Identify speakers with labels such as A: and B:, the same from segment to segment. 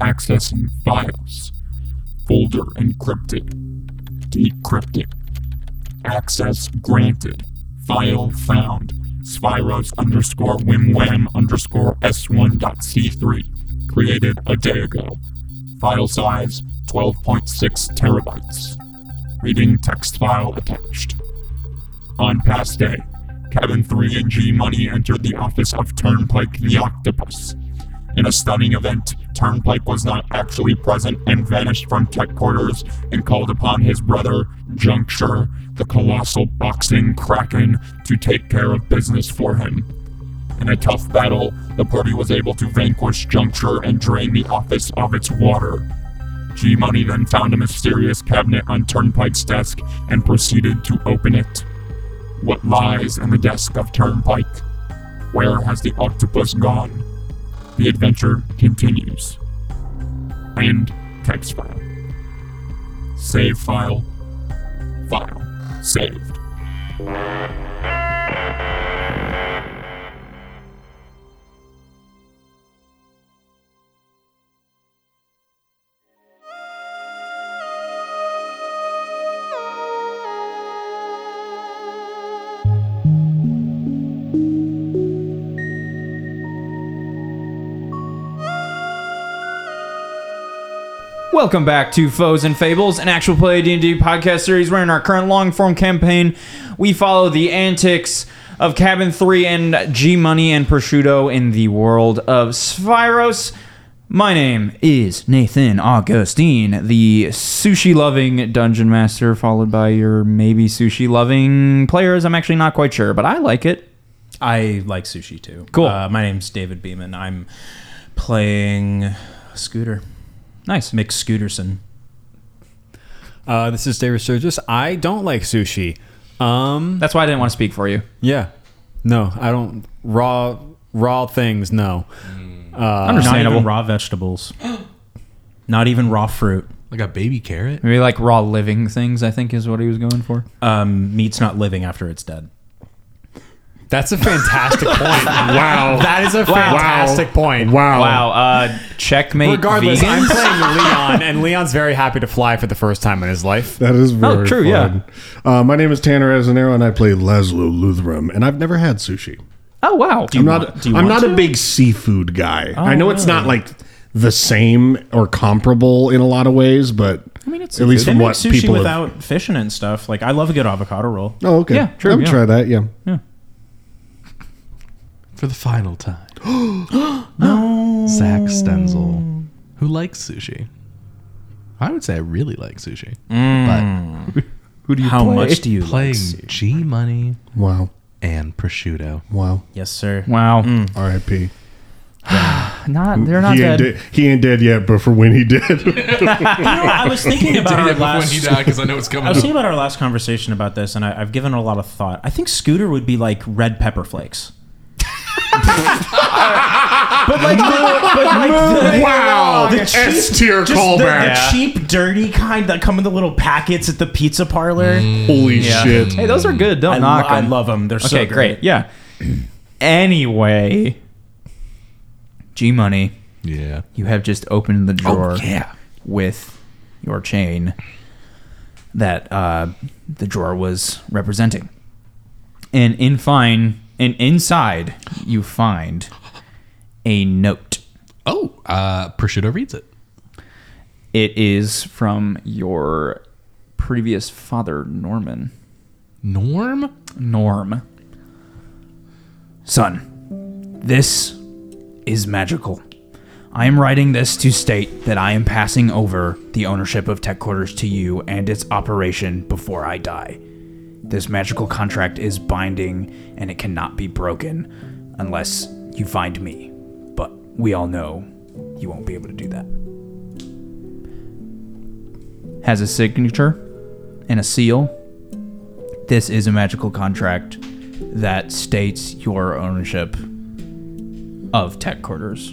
A: Accessing files. Folder encrypted. Decrypted. Access granted. File found. Spyros underscore wimwam underscore s1.c3. Created a day ago. File size 12.6 terabytes. Reading text file attached. On past day, Cabin 3 and G Money entered the office of Turnpike the Octopus. In a stunning event, Turnpike was not actually present and vanished from tech quarters and called upon his brother, Juncture, the colossal boxing kraken, to take care of business for him. In a tough battle, the party was able to vanquish Juncture and drain the office of its water. G Money then found a mysterious cabinet on Turnpike's desk and proceeded to open it. What lies in the desk of Turnpike? Where has the octopus gone? The adventure continues. End text file. Save file. File. Saved.
B: Welcome back to Foes and Fables, an actual play D&D podcast series. We're in our current long-form campaign. We follow the antics of Cabin 3 and G Money and Prosciutto in the world of Spyros. My name is Nathan Augustine, the sushi-loving dungeon master, followed by your maybe sushi-loving players. I'm actually not quite sure, but I like it.
C: I like sushi too.
B: Cool.
C: Uh, my name's David Beeman. I'm playing Scooter,
B: Nice.
C: Mick Scooterson.
D: Uh, this is David Sturgis. I don't like sushi. Um,
B: That's why I didn't want to speak for you.
D: yeah, no, I don't raw raw things. No, Uh,
C: Not
B: Understandable.
C: even Mm. raw vegetables. Not even raw fruit.
E: Like a baby carrot?
B: Maybe like raw living things, I think is what he was going for.
C: Um, meat's not living after it's dead.
D: that's a fantastic point. wow, that is a fantastic point.
A: Wow.
B: Wow. Uh, checkmate.
D: Regardless,
B: vegan?
D: I'm playing Leon, and Leon's very happy to fly for the first time in his life.
F: That is very
B: true,
F: fun. Uh, my name is Tanner Azanero, and I play Laszlo Luthram, and I've never had sushi.
B: Oh wow.
F: I'm not. I'm not a big seafood guy.
G: Oh.
F: I know it's not like the same or comparable in a lot of ways, but I mean, it's at least
C: They
F: from
C: make
F: what
C: sushi
F: people have-
C: without fish in it and stuff. Like I love a good avocado roll.
F: Oh, okay.
B: Yeah, true,
F: I would
B: yeah.
F: try that. Yeah.
E: For the final time. no. Zach Stenzel. Who likes sushi? I would say I really like sushi.
B: Who do you
C: How
B: play?
C: much do you
E: But playing
C: like? sushi?
E: G Money
F: Wow.
E: and Prosciutto.
F: Wow.
C: Yes, sir.
B: Wow.
C: Mm.
F: R.I.P.
B: Not. They're not
F: he
B: dead.
F: ain't dead. He ain't dead yet, but for when he did,
C: I was thinking about our last.
E: because I know it's coming.
C: I was thinking about our last conversation about this, and I, I've given it a lot of thought. I think Scooter would be like red pepper flakes. but like, the, but like the,
F: wow,
C: the cheap-
F: S tier
C: just the, the
F: callback.
C: cheap, dirty kind that come in the little packets at the pizza parlor.
F: Holy shit!
B: Hey, those are good. Don't
C: I, lo-
B: knock
C: I
B: 'em.
C: love them. They're so
B: Okay, great. Yeah. anyway, G Money,
E: yeah.
B: you have just opened the
C: Oh,
B: drawer
E: yeah.
B: with your chain that uh, the drawer was representing, and in fine and inside you find a note.
E: Oh, uh, Prosciutto reads it.
B: It is from your previous father, Norman.
E: Norm?
B: Norm. Son, this is magical. I am writing this to state that I am passing over the ownership of Tech Quarters to you and its operation before I die. This magical contract is binding and it cannot be broken unless you find me. But we all know you won't be able to do that. Has a signature and a seal this is a magical contract that states your ownership of tech quarters.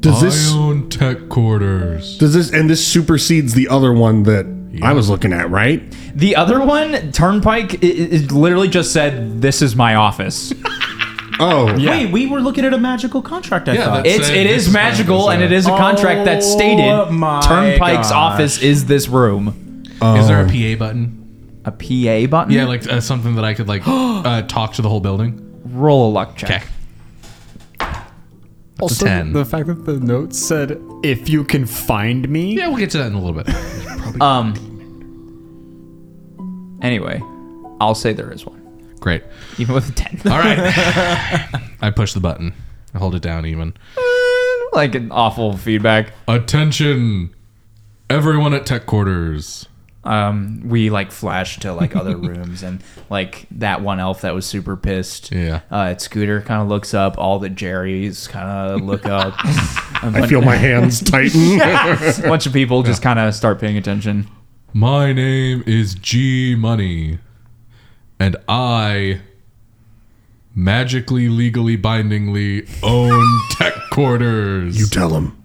F: Does this
E: own tech quarters.
F: does this and this supersedes the other one that I was looking at, right?
B: The other one, Turnpike, it, it literally just said, "This is my office."
F: Oh, yeah.
C: Wait, we were looking at a magical contract. I
E: Yeah,
C: thought.
E: that's-
B: It's
E: Say
B: it is
E: this
B: magical
E: time,
B: and
E: this
B: it is a
C: time.
B: contract that
C: Oh
B: stated
C: my
B: Turnpike's
C: gosh.
B: office is this room.
E: Is
C: Oh.
E: there a PA button?
B: A PA button?
E: Yeah, like uh, something that I could like uh, talk to the whole building.
B: roll a luck check.
E: Okay. That's a ten.
D: the fact that the note said, "If you can find me,"
E: yeah, we'll get to that in a little bit.
B: Um Anyway, I'll say there is one.
E: Great.
B: Even with a ten.
E: All right. I push the button. I hold it down even.
B: like an awful feedback.
E: Attention, everyone at tech quarters.
B: Um we like flash to like other rooms and like that one elf that was super pissed.
E: Yeah.
B: Uh at Scooter kinda looks up, all the Jerry's kinda look up.
F: I feel my hands tighten.
B: a bunch of people just kinda start paying attention.
E: My name is G Money, and I magically, legally, bindingly own tech quarters.
F: You tell him.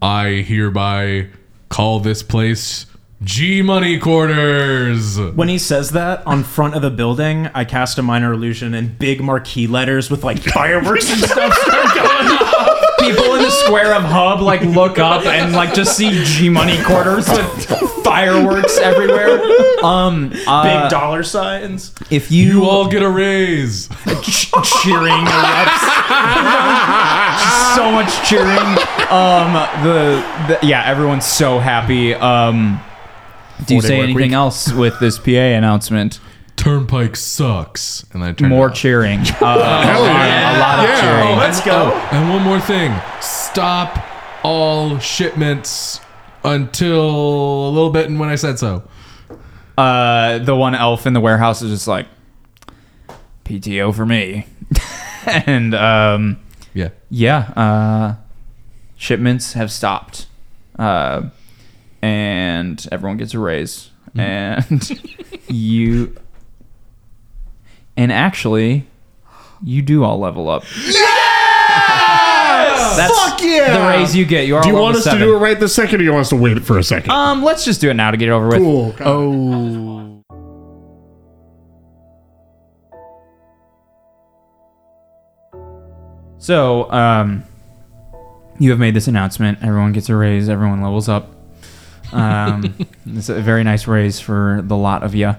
E: I hereby call this place G Money Quarters.
C: When he says that on front of the building, I cast a minor illusion and big marquee letters with like fireworks and stuff start going off.
B: people in the square of Hub like look up and like just see G Money quarters with fireworks everywhere. Um,
C: Big
B: uh,
C: dollar signs.
B: if you,
E: You all get a raise.
B: ch- cheering erupts, so much cheering. Um, the, the yeah, everyone's so happy. Um, do you
F: Four-day
B: say
F: work
B: anything
F: week.
B: else with this PA announcement?
E: Turnpike sucks. And I turn
B: More
E: it off.
B: cheering. Uh,
F: Hell
B: a lot of cheering.
C: Let's go.
E: And one more thing. Stop all shipments until a little bit and when I said so.
B: uh, the one elf in the warehouse is just like PTO for me, and um,
E: Yeah.
B: yeah, uh, shipments have stopped, uh, and everyone gets a raise,
F: Mm-hmm.
B: and you, and actually, you do all level up. That's
F: Fuck yeah!
B: the raise you get. You are
F: Do you
B: level
F: want us
B: seven.
F: to do it right this second, or you want us to wait for a second? Oh.
B: Um, let's just do it now to get it over with.
F: cool.
B: So, um, you have made this announcement. Everyone gets a raise. Everyone levels up. Um, it's a very nice raise for the lot of you.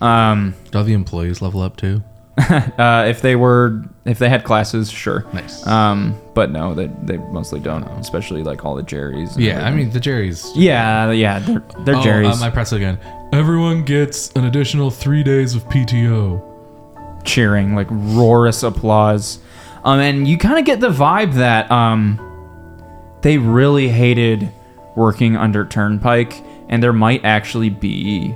B: Um,
E: Do the employees level up too?
B: uh, if they were, if they had classes, sure.
E: Nice.
B: Um, but no, they, they mostly don't, especially like all the Jerry's. and
E: yeah, I
B: everything.
E: mean the Jerry's.
B: yeah, yeah, they're, they're
E: Oh,
B: Jerry's.
E: Um, I press it again. Everyone gets an additional three days of PTO.
B: cheering, like roarous applause. Um, and you kind of get the vibe that um, they really hated working under Turnpike, and there might actually be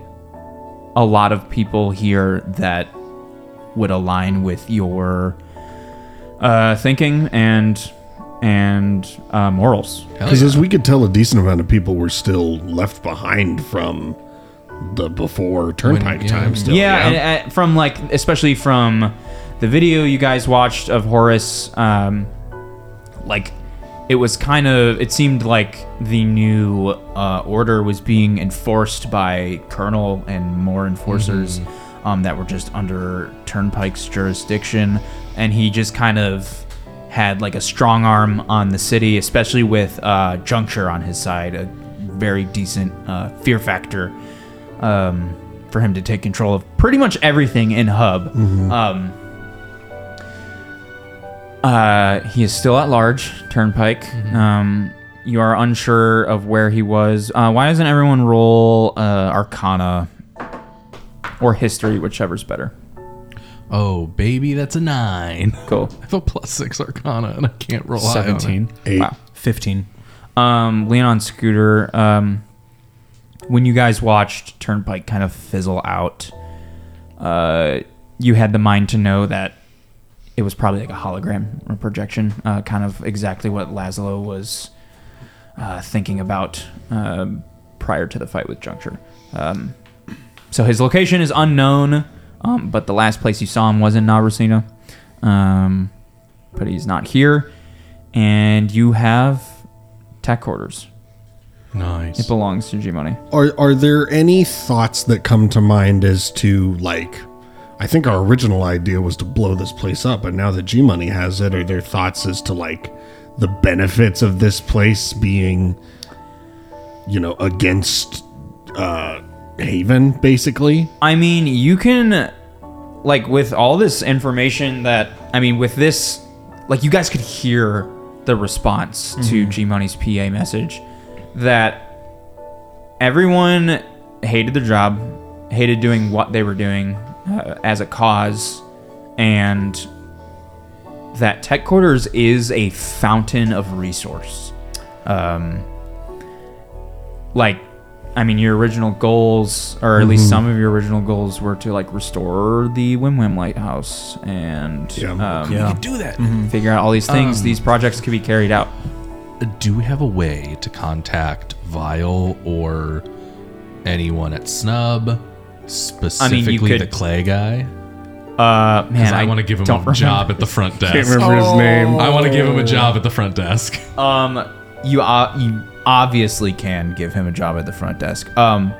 B: a lot of people here that would align with your uh, thinking and and uh, morals.
F: Because as we could tell, a decent amount of people were still left behind from the before turnpike
E: yeah.
F: time. Still,
B: yeah, And, uh, from like especially from the video you guys watched of Horace, um, like it was kind of it seemed like the new uh, order was being enforced by Colonel and more enforcers um, that were just under Turnpike's jurisdiction, and he just kind of had like a strong arm on the city, especially with uh, Juncture on his side, a very decent uh, fear factor um, for him to take control of pretty much everything in Hub. Um, uh, he is still at large, Turnpike. Um, you are unsure of where he was. Uh, why doesn't everyone roll uh, Arcana or History, whichever's better?
E: Oh baby, that's a nine.
B: Cool.
E: I have a plus six Arcana and I can't roll high on it.
D: seventeen.
F: Eight.
C: Fifteen.
B: um, Leon on Scooter, um, when you guys watched Turnpike kind of fizzle out, uh, you had the mind to know that it was probably like a hologram or projection, uh, kind of exactly what Laszlo was uh, thinking about um, prior to the fight with Juncture. Um, so his location is unknown, um, but the last place you saw him was in Narusina. Um, but he's not here. And you have tech orders. It
E: Nice.
B: belongs to G Money.
F: Are are there any thoughts that come to mind as to like? I think our original idea was to blow this place up, but now that G Money has it, are there thoughts as to like the benefits of this place being, you know, against uh, Haven, basically?
B: I mean, you can, like, with all this information that, I mean, with this, like, you guys could hear the response
F: Mm-hmm.
B: to G Money's PA message that everyone hated their job, hated doing what they were doing uh, as a cause, and that Tech Quarters is a fountain of resource. Um, like I mean, your original goals, or at
F: Mm-hmm.
B: least some of your original goals, were to like restore the Wim Wim Lighthouse and
F: Yeah.
B: um,
C: Yeah.
E: Do that.
B: figure out all these things.
E: Um,
B: these projects could be carried out.
E: Do we have a way to contact Vile or anyone at Snub? Specifically,
B: could-
E: the Clay guy.
B: Uh, man,
E: Because I, want to give him a
B: don't
E: job at the front desk.
F: Can't remember his name.
E: I want to give him a job at the front desk.
B: Um, you uh, you obviously can give him a job at the front desk. Um,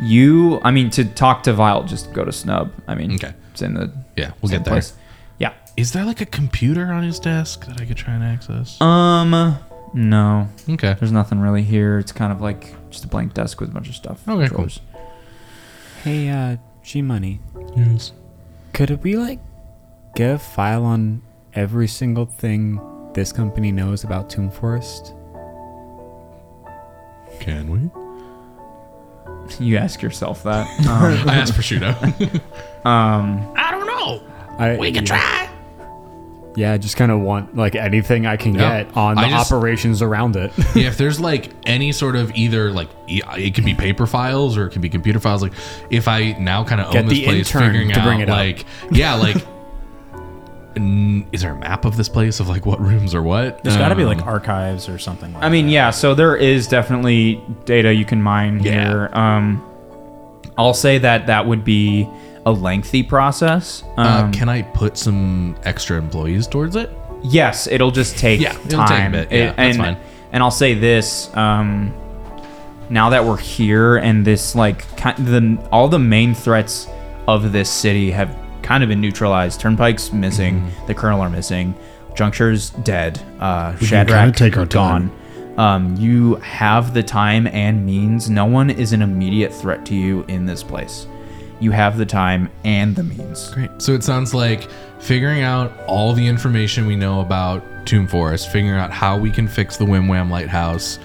B: you, I mean, to talk to Vile, just go to Snub. I mean,
E: Okay.
B: it's in the
E: Yeah, we'll
B: same
E: get there.
B: place. Yeah.
E: Is there like a computer on his desk that I could try and access?
B: Um, no,
E: okay.
B: there's nothing really here. It's kind of like just a blank desk with a bunch of stuff.
E: Okay, cool.
B: Drawers.
G: Hey, uh, G Money,
E: Yes.
G: could we like get a file on every single thing this company knows about Tomb Forest?
E: Can we?
B: You ask yourself that.
E: I asked prosciutto.
B: Um,
E: I don't know.
G: I,
E: We can
G: yeah,
E: try.
G: Yeah, I just kind of want like anything I can
E: Yeah.
G: get on the
E: I just-
G: operations around it.
E: Yeah, if there's like any sort of either like e- it could be paper files or it could be computer files. Like if I now kind of own
G: Get
E: this
G: the
E: place,
G: intern
E: figuring
G: to
E: out
G: bring it up.
E: like yeah, like n- is there a map of this place of like what rooms or what?
C: There's got to be like
E: Um,
C: archives or something. Like
B: I mean, yeah. So there is definitely data you can mine
E: Yeah.
B: here. Um, I'll say that that would be a lengthy process. Um,
E: uh, can I put some extra employees towards it?
B: Yes, it'll just take
E: Yeah, it'll take a
B: time.
E: bit. Yeah,
B: It- and,
E: that's fine.
B: And I'll say this: um, now that we're here, and this like ki- the all the main threats of this city have kind of been neutralized. Turnpike's missing.
E: Mm-hmm.
B: The Colonel are missing. Juncture's dead. Uh,
F: can kinda
B: Shadrach
F: take our
B: gone.
F: time.
B: Um, you have the time and means. No one is an immediate threat to you in this place. You have the time and the means.
E: Great. So it sounds like figuring out all the information we know about Tomb Forest, figuring out how we can fix the Wim Wham Lighthouse,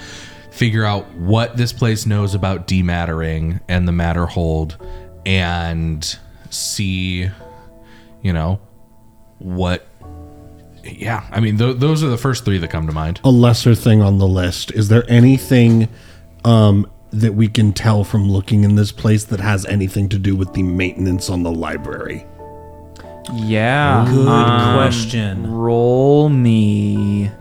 E: figure out what this place knows about demattering and the Matter Hold, and see, you know, what. Yeah, I mean, th- those are the first three that come to mind.
F: a lesser thing on the list. Is there anything um, that we can tell from looking in this place that has anything to do with the maintenance on the library?
B: Yeah.
C: Good
B: um,
C: question.
B: Roll me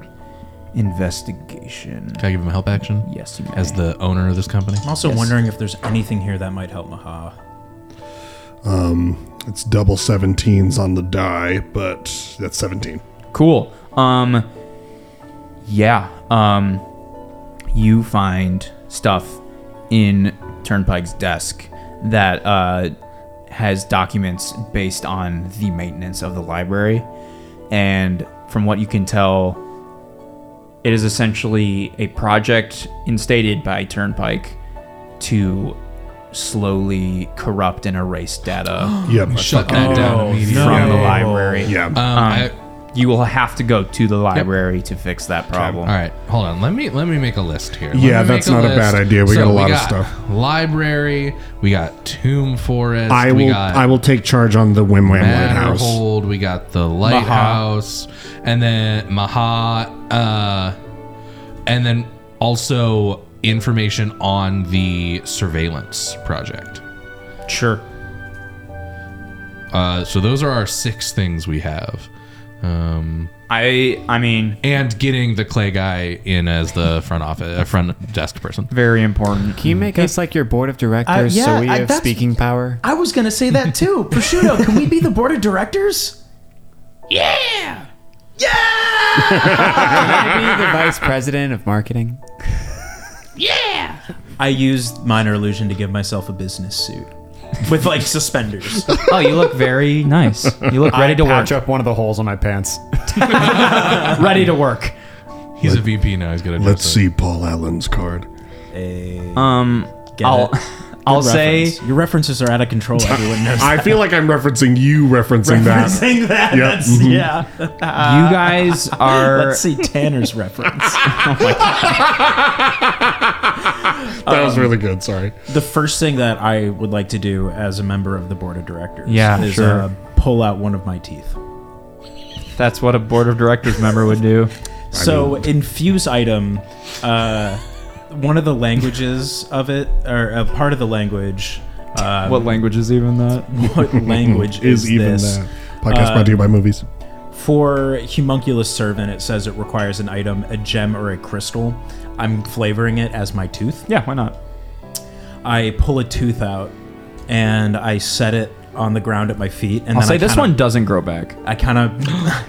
B: investigation.
E: Can I give him a help action?
B: Yes, you may.
E: As the owner of this company?
C: I'm also wondering if there's anything here that might help Maha.
F: It's double 17s on the die, but that's 17.
B: cool. Um, yeah. Um, you find stuff in Turnpike's desk that uh, has documents based on the maintenance of the library, and from what you can tell, it is essentially a project instated by Turnpike to slowly corrupt and erase data
F: Yep.
E: Shut that
C: Oh,
E: down immediately.
B: from the library.
F: Yeah.
E: Um, I-
B: You will have to go to the library to fix that problem.
E: All right, hold on. Let me let me make a list here. Let
F: Yeah,
E: me
F: that's
E: make
F: not a bad idea. We got a lot of stuff.
E: Library. We got Tomb Forest.
F: I
E: We
F: will
E: got
F: I will take charge on the Wim Wam Lighthouse.
E: Matterhold. We got the lighthouse, and then Maha, uh, and then also information on the surveillance project.
B: Sure.
E: Uh, so those are our six things we have. Um,
B: I I mean,
E: and getting the clay guy in as the front office, uh, front desk person.
B: very important.
G: Can you make us like your board of directors
C: yeah,
G: so we
C: I-
G: have
C: that's-
G: speaking power?
C: I was gonna say that too. Prosciutto, can we be the board of directors?
G: Can I be the vice president of marketing?
C: I used minor illusion to give myself a business suit. with like suspenders.
B: Oh, you look very nice. You look ready
G: I
B: to work.
G: patch up one of the holes on my pants.
B: Ready to work.
E: He's a VP now. He's gonna.
F: Let's
E: dress up.
F: see Paul Allen's card.
B: Um, I'll, I'll say
C: Reference. your references are out of control. Everyone knows.
F: I feel like I'm referencing you referencing that.
C: Saying that,
F: Yep.
C: that's,
F: Mhm.
C: yeah.
B: you guys are.
C: Let's see Tanner's reference.
F: That was really good. Sorry.
C: the first thing that I would like to do as a member of the board of directors
B: Yeah,
C: is
B: sure.
C: uh, pull out one of my teeth.
B: That's what a board of directors member would do.
C: So infuse item, uh, one of the languages of it, or a part of the language. Uh,
B: What language is even that?
C: what language is,
F: Is even
C: this? Uh,
F: that podcast brought to you by movies?
C: For homunculus servant, it says it requires an item, a gem, or a crystal. I'm flavoring it as my tooth.
B: Yeah, why not?
C: I pull a tooth out and I set it on the ground at my feet. And
B: I'll
C: then
B: say
C: I
B: this
C: kinda-
B: one doesn't grow back.
C: I kind of.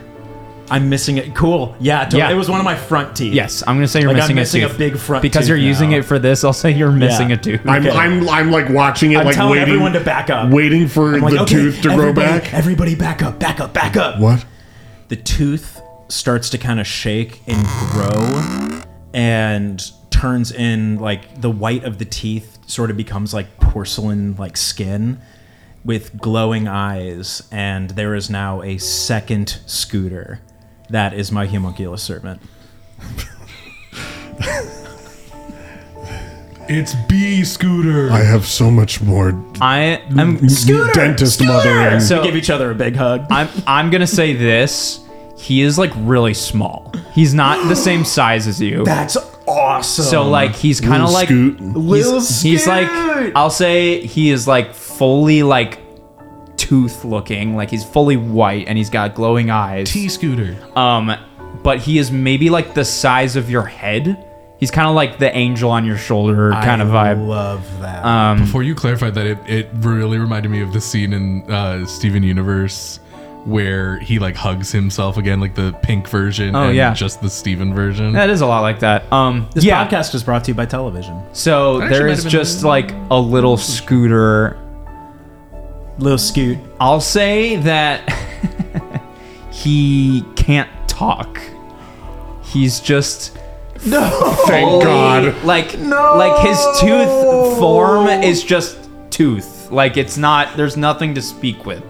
C: I'm missing it. Cool. Yeah, totally.
B: Yeah.
C: It was one of my front teeth.
B: Yes, I'm gonna say you're
C: Like,
B: missing,
C: I'm missing
B: a
C: a
B: tooth
C: big front
B: because
C: tooth
B: you're using
C: now.
B: it for this. I'll say you're missing
C: Yeah.
B: a tooth.
F: I'm, I'm I'm like watching it,
C: I'm
F: like
C: telling
F: waiting
C: everyone to back up.
F: waiting for
C: I'm like,
F: the
C: okay,
F: tooth to grow
C: everybody-
F: back.
C: Everybody back up, back up, back up.
F: What?
C: The tooth starts to kind of shake and grow and turns in like the white of the teeth sort of becomes like porcelain like skin with glowing eyes and there is now a second scooter that is my homunculus servant
E: It's B Scooter.
F: I have so much more
B: I am.
F: dentist mothering.
B: So-
C: give each other a big hug
B: I'm. I'm gonna say this. He is like really small. He's not the same size as you.
C: that's awesome
B: So like he's kind of
F: Little
B: like
F: scoot.
B: he's, he's like I'll say he is like fully like tooth looking like he's fully white and he's got glowing eyes
E: T Scooter.
B: um but he is maybe like the size of your head he's kind of like the angel on your shoulder kind of
C: I
B: vibe
C: love that
E: Before you clarified that, it, it really reminded me of the scene in uh, Steven Universe where he like hugs himself again, like the pink version.
B: Oh,
E: and
B: yeah.
E: just the Steven version.
B: that is a lot like that um
C: this
B: yeah
C: podcast is brought to you by television
B: so
E: actually
B: there
E: might
B: is
E: have been-
B: just like a little scooter
C: Lil Scoot.
B: I'll say that he can't talk. He's just oh,
F: Thank God.
B: like like his tooth form is just tooth. Like it's not there's nothing to speak with.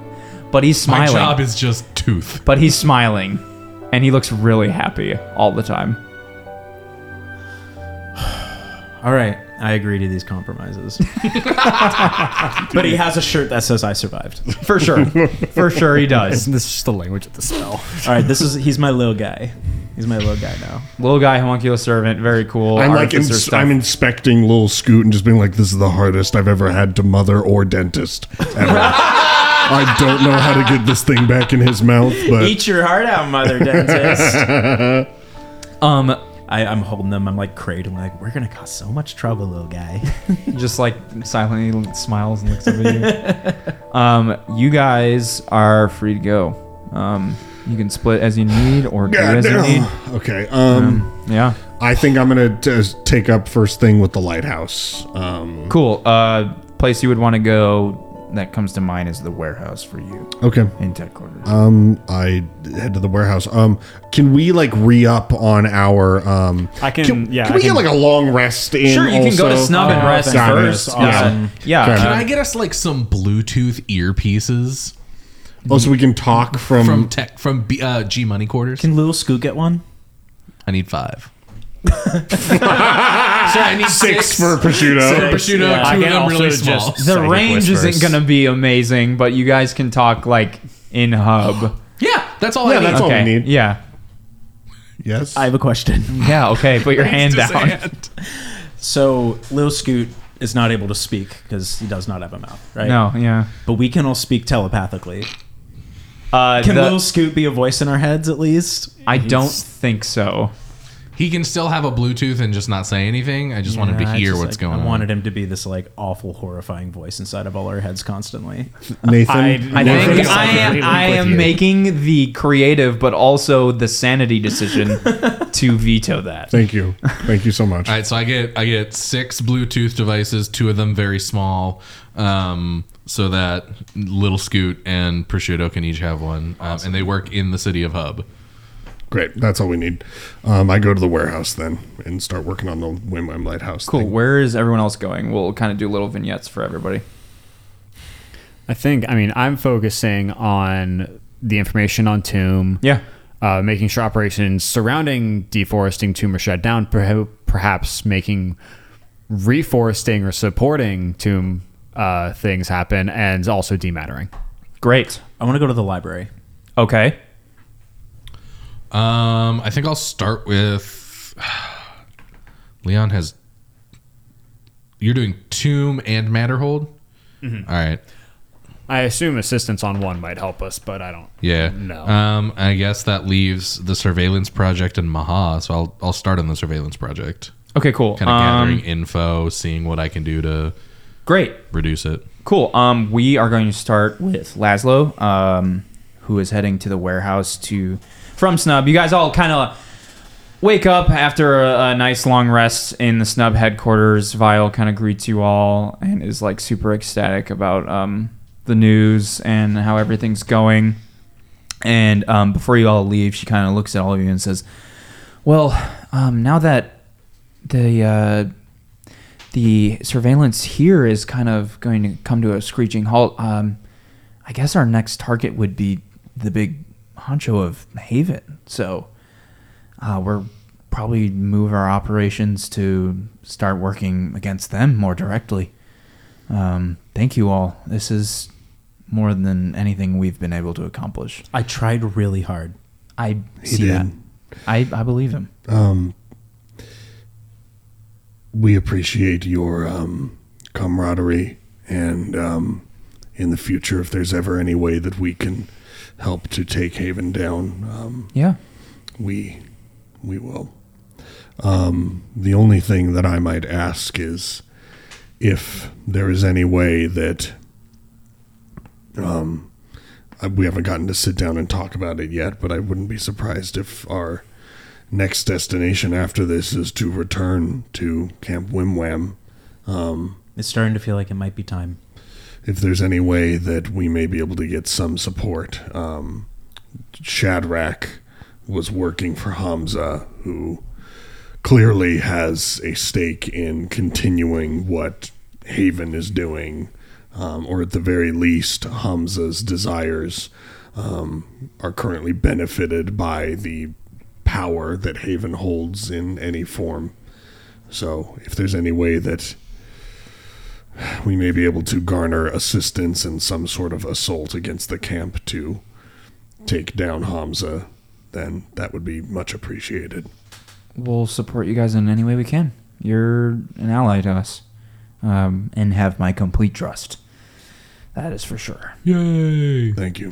B: But he's
E: My
B: smiling.
E: job is just tooth.
B: but he's smiling and he looks really happy all the time.
C: All right, I agree to these compromises. but he has a shirt that says "I survived."
B: For sure. For sure he does.
G: Isn't this just the language of the spell?
C: All right, this is—he's my little guy. He's my little guy now.
B: Little guy homunculus servant, very cool.
F: I'm like
B: artificer
F: ins-
B: stuff.
F: I'm inspecting little Scoot and just being like, this is the hardest I've ever had to mother or dentist ever. I don't know how to get this thing back in his mouth, but
C: Eat your heart out, mother dentist.
B: um
C: I, I'm holding them. I'm like cradling. Like we're gonna cause so much trouble, little guy.
B: just like silently smiles and looks up at you. um, you guys are free to go. Um, you can split as you need or do
F: God
B: as you
F: damn.
B: need.
F: Okay. Um,
B: Yeah,
F: I think I'm gonna t- take up first thing with the lighthouse. Um,
B: cool. Uh, place you would want to go that comes to mind is the warehouse for you
F: okay.
B: in tech quarters.
F: Um, I head to the warehouse. Um, can we like re up on our um?
G: I can- yeah, I
F: Can we
G: can-
F: get like a long rest in?
B: sure, you can go to
F: also? uh,
B: snub and
C: Oh,
B: rest
C: thank
B: first.
C: goodness.
B: Yeah,
C: Awesome.
B: yeah. Uh,
F: Okay.
E: Can I get us like some Bluetooth earpieces
F: Oh, so we can talk from.
E: from tech from B, uh, G Money quarters?
C: Can Lil Scoot get one?
E: I need five. Sorry, I need
F: Six for prosciutto.
E: prosciutto.
C: yeah. I
E: Two of
D: can
E: them really
D: also
E: small.
D: just-
B: The
D: Psychic
B: range isn't
D: whispers.
B: gonna be amazing, but you guys can talk like in hub.
E: Yeah, that's all
F: Yeah,
E: I need.
F: that's all
B: okay.
F: we need.
B: Yeah.
F: Yes.
C: I have a question.
B: Yeah. Okay. Put your hand
E: Just
B: down.
E: hand.
C: So Lil Scoot is not able to speak because he does not have a mouth, right?
B: No. Yeah.
C: But we can all speak telepathically.
B: Uh,
C: Can
B: the-
C: Lil Scoot be a voice in our heads at least?
B: I don't think so.
E: He can still have a Bluetooth and just not say anything. I just wanted to
C: Yeah, I
E: hear
C: just,
E: what's
C: like,
E: going on.
C: I wanted him to be this like awful, horrifying voice inside of all our heads constantly.
F: Nathan.
B: I
F: Nathan
B: think
F: is
B: I am,
F: agreeing
B: I
F: with
B: am
F: you.
B: making the creative but also the sanity decision to veto that.
F: Thank you. Thank you so much.
E: All right, so I get I get six Bluetooth devices, two of them very small, um, so that Little Scoot and Prosciutto can each have one, um, and they work in the city of Hub.
F: Great. That's all we need. Um, I go to the warehouse then and start working on the Wim Wim Lighthouse.
B: Cool.
F: thing.
B: Where is everyone else going? We'll kind of do little vignettes for everybody.
G: I think, I mean, I'm focusing on the information on Tomb.
B: Yeah.
G: Uh, making sure operations surrounding deforesting Tomb are shut down, perha- perhaps making reforesting or supporting Tomb uh, things happen, and also demattering.
B: Great.
C: I want to go to the library.
B: Okay.
E: Um, I think I'll start with Leon has. You're doing Tomb and Matterhold.
C: Mm-hmm.
E: All right.
G: I assume assistance on one might help us, but I don't.
E: Yeah.
G: No.
E: Um, I guess that leaves the surveillance project and Maha. So I'll I'll start on the surveillance project,
B: Okay. Cool.
E: kind of
B: Um,
E: gathering info, seeing what I can do to
B: great.
E: reduce it.
B: Cool. Um, we are going to start with Laszlo, um, who is heading to the warehouse to from Snub. You guys all kind of wake up after a, a nice long rest in the Snub headquarters. Vile kind of greets you all and is like super ecstatic about um, the news and how everything's going. And um, before you all leave, she kind of looks at all of you and says, "Well, um, now that the uh, the surveillance here is kind of going to come to a screeching halt. Um, I guess our next target would be the big honcho of Haven. So uh, we're probably move our operations to start working against them more directly. Um, thank you all. This is more than anything we've been able to accomplish.
C: I tried really hard.
B: I see
F: did.
B: that. I, I believe him.
F: we appreciate your um, camaraderie and um, in the future if there's ever any way that we can help to take haven down um,
B: Yeah.
F: we we will um, the only thing that i might ask is if there is any way that um, I- we haven't gotten to sit down and talk about it yet but i wouldn't be surprised if our next destination after this is to return to Camp Wimwam.
C: It's starting to feel like it might be time.
F: If there's any way that we may be able to get some support, um, Shadrach was working for Hamza, who clearly has a stake in continuing what Haven is doing, um, or at the very least, Hamza's desires um, are currently benefited by the power that Haven holds in any form. So, if there's any way that we may be able to garner assistance in some sort of assault against the camp to take down Hamza, then that would be much appreciated.
B: we'll support you guys in any way we can. You're an ally to us, um, and have my complete trust. That is for sure.
E: Yay!
F: Thank you.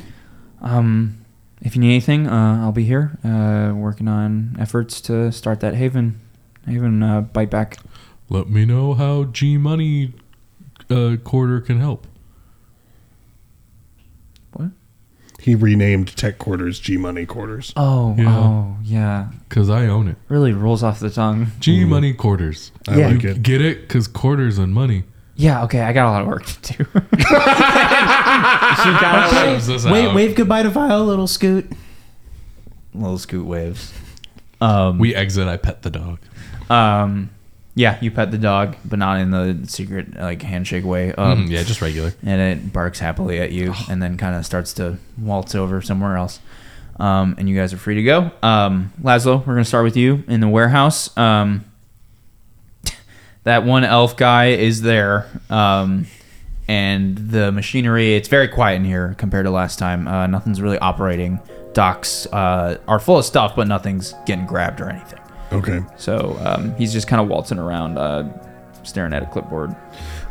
B: Um, if you need anything, uh, I'll be here uh, working on efforts to start that Haven Haven uh, bite back.
E: Let me know how G Money uh, quarter can help.
F: He renamed tech quarters G Money quarters.
B: Oh,
E: Yeah.
B: oh, yeah.
E: Cause I own it.
B: Really rolls off the tongue.
E: G Money quarters.
F: I
B: Yeah.
F: like
E: You
F: it.
E: get it? Cause quarters and money.
B: Yeah. Okay, I got a lot of work to do.
E: Close this
C: Wait,
E: out.
C: wave goodbye to Vile, little Scoot.
B: Little scoot waves. Um,
E: We exit. I pet the dog.
B: um, yeah. You pet the dog, but not in the secret like handshake way. Um,
E: Mm, yeah, just regular.
B: and it barks happily at you and then kind of starts to waltz over somewhere else. Um, and you guys are free to go. Um, Laszlo, we're going to start with you in the warehouse. Um, that one elf guy is there. Um, and the machinery, it's very quiet in here compared to last time. Uh, nothing's really operating. Docks uh, are full of stuff, but nothing's getting grabbed or anything.
F: Okay.
B: So um, he's just kind of waltzing around, uh, staring at a clipboard.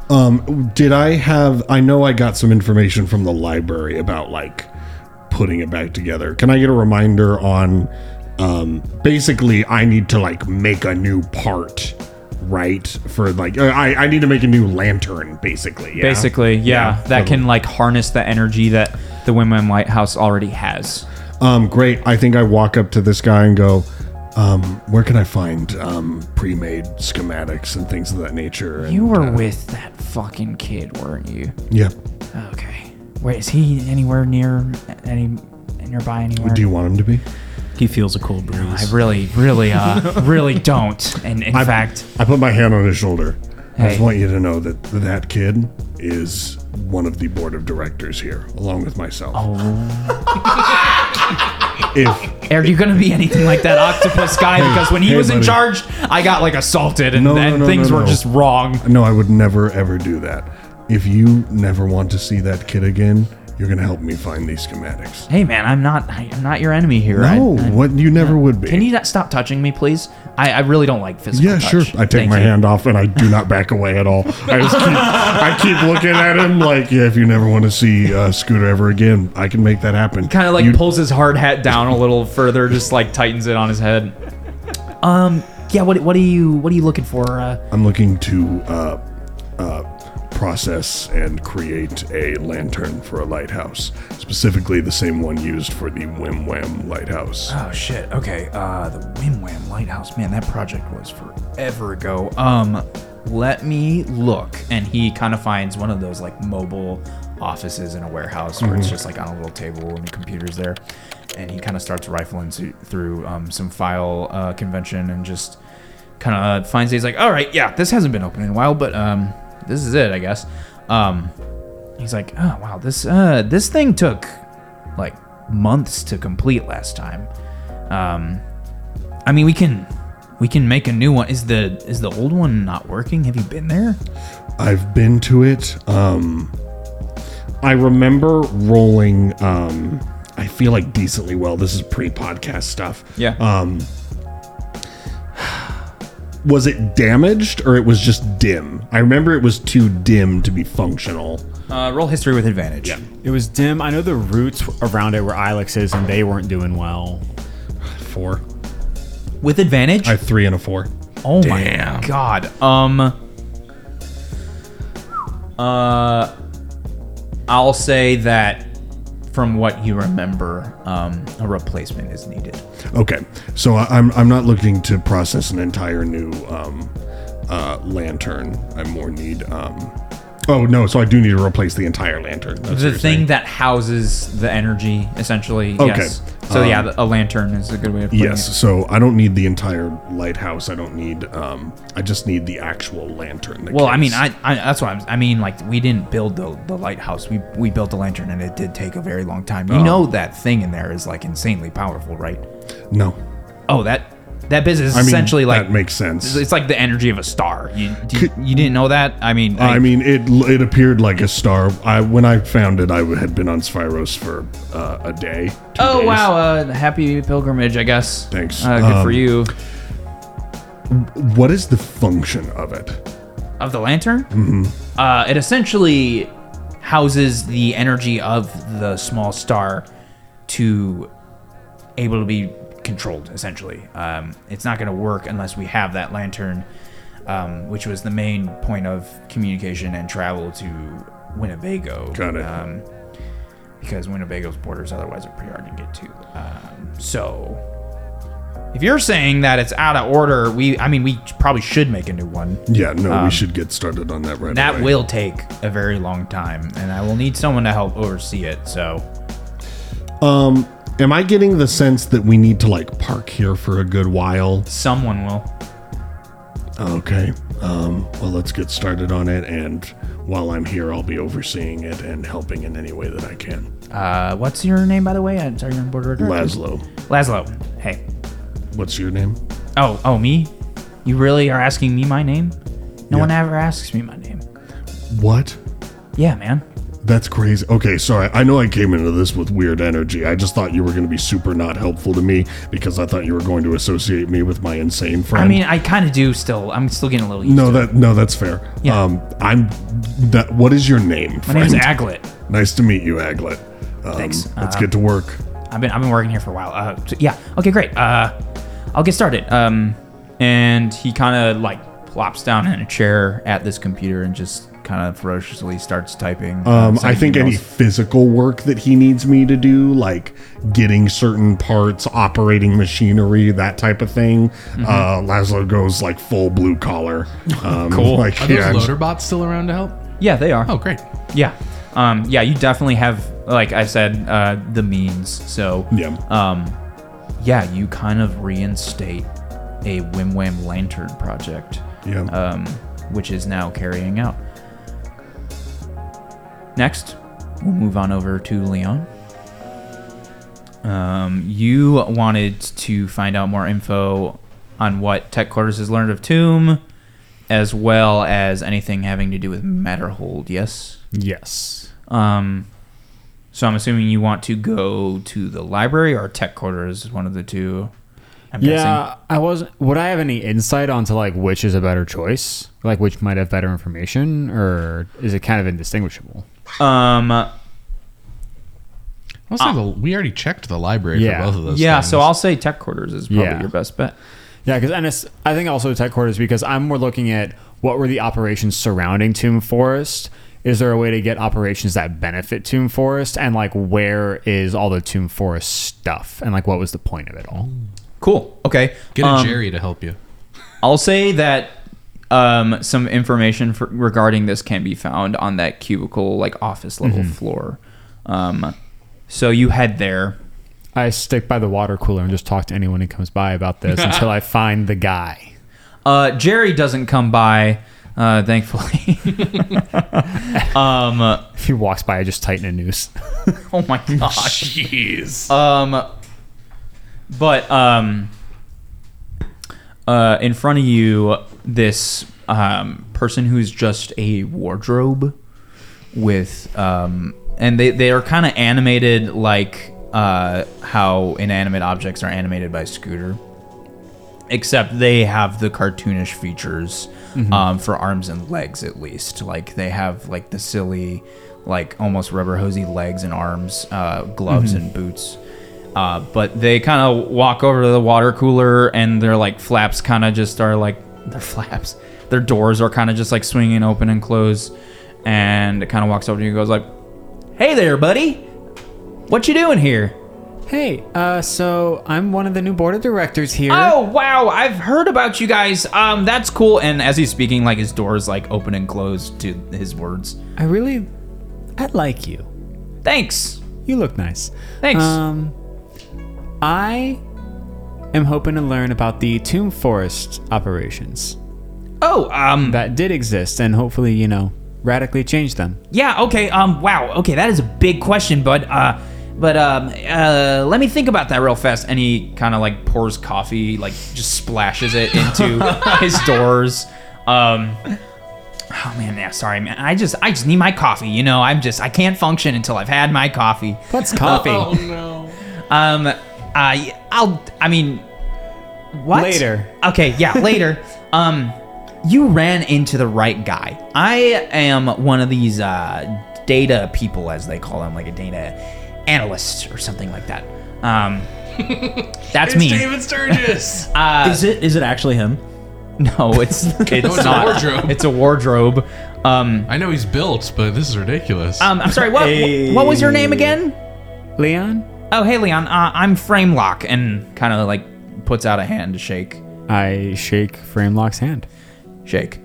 F: Um, did I have? I know I got some information from the library about like putting it back together. Can I get a reminder on? Um, basically, I need to like make a new part, right? For like, I I need to make a new lantern, basically. yeah?
B: basically yeah,
F: Yeah,
B: that
F: totally.
B: can like harness the energy that the Wim Wim lighthouse already has
F: Um, great. I think I walk up to this guy and go, Um, where can I find um, pre-made schematics and things of that nature? And,
B: You were
F: uh,
B: with that fucking kid, weren't you?
F: Yeah.
B: Okay. Wait, is he anywhere near any nearby anywhere?
F: Do you want him to be?
C: He feels a cool breeze.
B: I really, really, uh, really don't. And in fact,
F: I put my hand on his shoulder. I just
B: Hey.
F: want you to know that that kid is one of the board of directors here, along with myself.
B: Oh.
F: if
B: are you gonna be anything like that octopus guy? Because when he
F: hey,
B: was in
F: buddy.
B: charge, I got like assaulted, and,
F: No, no,
B: and
F: no,
B: things
F: no,
B: were
F: no.
B: just wrong.
F: no, I would never ever do that. If you never want to see that kid again, you're gonna help me find these schematics.
B: Hey, man, I'm not, I- I'm not your enemy here. I-
F: No,
B: I-
F: what you never would be.
B: can you not stop touching me, please? I, I really don't like physical
F: yeah,
B: touch.
F: sure. I take
B: Thank
F: my
B: you.
F: hand off and I do not back away at all. I just keep, I keep looking at him like, yeah, if you never want to see uh, Scooter ever again, I can make that happen.
B: kind of like
F: You-
B: pulls his hard hat down a little further, just like tightens it on his head. Um, yeah. What what are you what are you looking for? Uh,
F: I'm looking to uh, uh, process and create a lantern for a lighthouse, specifically the same one used for the Wim Wham lighthouse.
B: oh shit. Okay. Uh, the Wim Wham Lighthouse. Man, that project was forever ago. Um, let me look. And he kind of finds one of those like mobile offices in a warehouse where it's just like on a little table and the computers there. And he kind of starts rifling through, through um, some file uh, convention and just kind of finds it. He's like, all right, yeah, this hasn't been open in a while, but um, this is it, I guess. Um, he's like, oh wow, this uh, this thing took like months to complete last time. Um, I mean, we can we can make a new one. Is the is the old one not working? Have you been there?
F: I've been to it. Um, I remember rolling. Um, I feel like decently well. This is pre-podcast stuff.
B: Yeah.
F: Um, was it damaged or it was just dim? I remember it was too dim to be functional.
B: Uh, roll history with advantage.
F: Yeah.
G: It was dim. I know the roots around it were ilexes, and they weren't doing well.
F: Four.
B: With advantage.
F: I have three and a four.
B: oh my god. Um. Uh, I'll say that from what you remember, um, a replacement is needed.
F: Okay, so I, I'm I'm not looking to process an entire new um, uh, lantern. I more need. Um, oh no, so I do need to replace the entire lantern. That's what
B: The
F: you're saying.
B: thing that houses the energy, essentially.
F: Okay. Um,
B: Yes. So yeah, the- a lantern is a good way of putting
F: Yes,
B: it.
F: so I don't need the entire lighthouse. I don't need. Um, I just need the actual lantern. the
B: Well, I mean,
F: case.
B: I, I that's what I'm, I mean. Like, we didn't build the, the lighthouse. We we built the lantern, and it did take a very long time.
F: Oh.
B: You know that thing in there is like insanely powerful, right?
F: no.
B: Oh, that that business is
F: I mean,
B: essentially like
F: that makes sense.
B: it's like the energy of a star. You do you, you didn't know that? I mean,
F: I mean, it it appeared like a star. I when I found it, I had been on Spyros for uh, a day. two
B: oh
F: days.
B: wow, uh, happy pilgrimage, I guess.
F: Thanks.
B: Uh, good for
F: Um,
B: you.
F: What is the function of it?
B: of the lantern.
F: Mm-hmm.
B: Uh, it essentially houses the energy of the small star to able to be controlled. Essentially, um, it's not going to work unless we have that lantern, um, which was the main point of communication and travel to Winnebago.
F: Got it.
B: Um, because Winnebago's borders otherwise are pretty hard to get to. Um, so if you're saying that it's out of order, we I mean we probably should make a new one.
F: Yeah, no, we should get started on that right
B: um, That
F: away.
B: will take a very long time, and I will need someone to help oversee it. So,
F: Um, Am I getting the sense that we need to like park here for a good while?
B: someone will.
F: Okay. Um, well, let's get started on it. And while I'm here, I'll be overseeing it and helping in any way that I can.
B: Uh, what's your name, by the way? I'm sorry, you're on board order.
F: Laszlo,
B: Laszlo. Hey.
F: what's your name?
B: Oh, oh, me? You really are asking me my name? No one ever asks me my name.
F: What?
B: Yeah, man.
F: That's crazy. Okay, sorry. I know I came into this with weird energy. I just thought you were going to be super not helpful to me because I thought you were going to associate me with my insane friend.
B: I mean, I kind of do still. I'm still getting a little used
F: no,
B: to
F: that no, that's fair.
B: Yeah.
F: Um, I'm. That. What is your name?
B: it. My name's
F: friend?
B: Aglet.
F: Nice to meet you, Aglet. Um,
B: Thanks.
F: Let's get to work.
B: I've been I've been working here for a while. Uh, t- yeah. Okay, great. Uh, I'll get started. Um, and he kind of like plops down in a chair at this computer and just kind of ferociously starts typing. uh,
F: Um, I
B: sending
F: think any
B: emails.
F: physical work that he needs me to do, like getting certain parts, operating machinery, that type of thing, uh, Laszlo goes like full blue collar. Um, cool. Like,
E: Are those
F: yeah,
E: loader bots still around to help?
B: Yeah, they are.
E: Oh, great.
B: Yeah. Um, yeah, you definitely have, like I said, uh, the means. So,
F: Yeah.
B: um, yeah, you kind of reinstate a Wim Wham Lantern project,
F: yeah.
B: um, which is now carrying out. Next, we'll move on over to Leon. Um, you wanted to find out more info on what Tech Quarters has learned of Tomb, as well as anything having to do with Matterhold, yes?
G: Yes.
B: Um, so I'm assuming you want to go to the library or tech quarters, one of the two. I'm guessing.
G: Yeah, I wasn't. Would I have any insight onto like which is a better choice? Like which might have better information, or is it kind of indistinguishable?
B: Um,
E: I'll say the, we already checked the library
G: Yeah.
E: for both of those.
B: yeah. So
E: things.
B: I'll say tech quarters is probably
G: Yeah.
B: your best bet.
G: Yeah, because and it's, I think also tech quarters because I'm more looking at what were the operations surrounding Tomb Forest. Is there a way to get operations that benefit Tomb Forest, and like where is all the Tomb Forest stuff, and like what was the point of it all?
B: Cool. Okay.
E: get a
B: um,
E: Jerry to help you.
B: I'll say that um, some information for, regarding this can be found on that cubicle, like office level floor. Um, so you head there.
G: I stick by the water cooler and just talk to anyone who comes by about this until I find the guy.
B: Uh, Jerry doesn't come by, uh, thankfully. um,
G: If he walks by, I just tighten a noose.
B: Oh my gosh. Jeez. Um but um uh in front of you this um person who's just a wardrobe with um and they they are kind of animated like uh how inanimate objects are animated by Scooter. Except they have the cartoonish features um, for arms and legs, at least. Like they have like the silly, like almost rubber hosey legs and arms, uh, gloves and boots. Uh, but they kind of walk over to the water cooler, and their like flaps kind of just are like their flaps. Their doors are kind of just like swinging open and close. And it kind of walks over to you and goes like, "Hey there, buddy. What you doing here?"
G: Hey, uh, so I'm one of the new board of directors here.
B: Oh wow, I've heard about you guys. Um, that's cool. And as he's speaking, like his door is like open and closed to his words.
G: I really, I like you.
B: Thanks.
G: You look nice.
B: Thanks.
G: Um, I am hoping to learn about the Tomb Forest operations
B: oh, um,
G: that did exist, and hopefully, you know, radically change them.
B: yeah, okay. Um, wow. Okay, that is a big question, but uh, but um, uh, let me think about that real fast. And he kind of like pours coffee, like just splashes it into his doors. Um. Oh man, yeah, sorry, man. I just, I just need my coffee. You know, I'm just, I can't function until I've had my coffee.
G: What's coffee?
B: Um, I, I'll, I mean, what?
G: Later.
B: Okay, yeah, later. um, you ran into the right guy. I am one of these uh, data people, as they call them, like a data analyst or something like that. Um, that's me.
E: Sturgis.
C: is it is it actually him?
B: No, it's it's
E: a
B: not.
E: wardrobe.
B: It's a wardrobe. Um,
E: I know he's built, but this is ridiculous.
B: um, I'm sorry. What what was your name again?
G: Leon?
B: Oh, hey Leon. Uh, I'm Framelock, and kind of like puts out a hand to shake.
G: I shake Framelock's hand.
B: shake.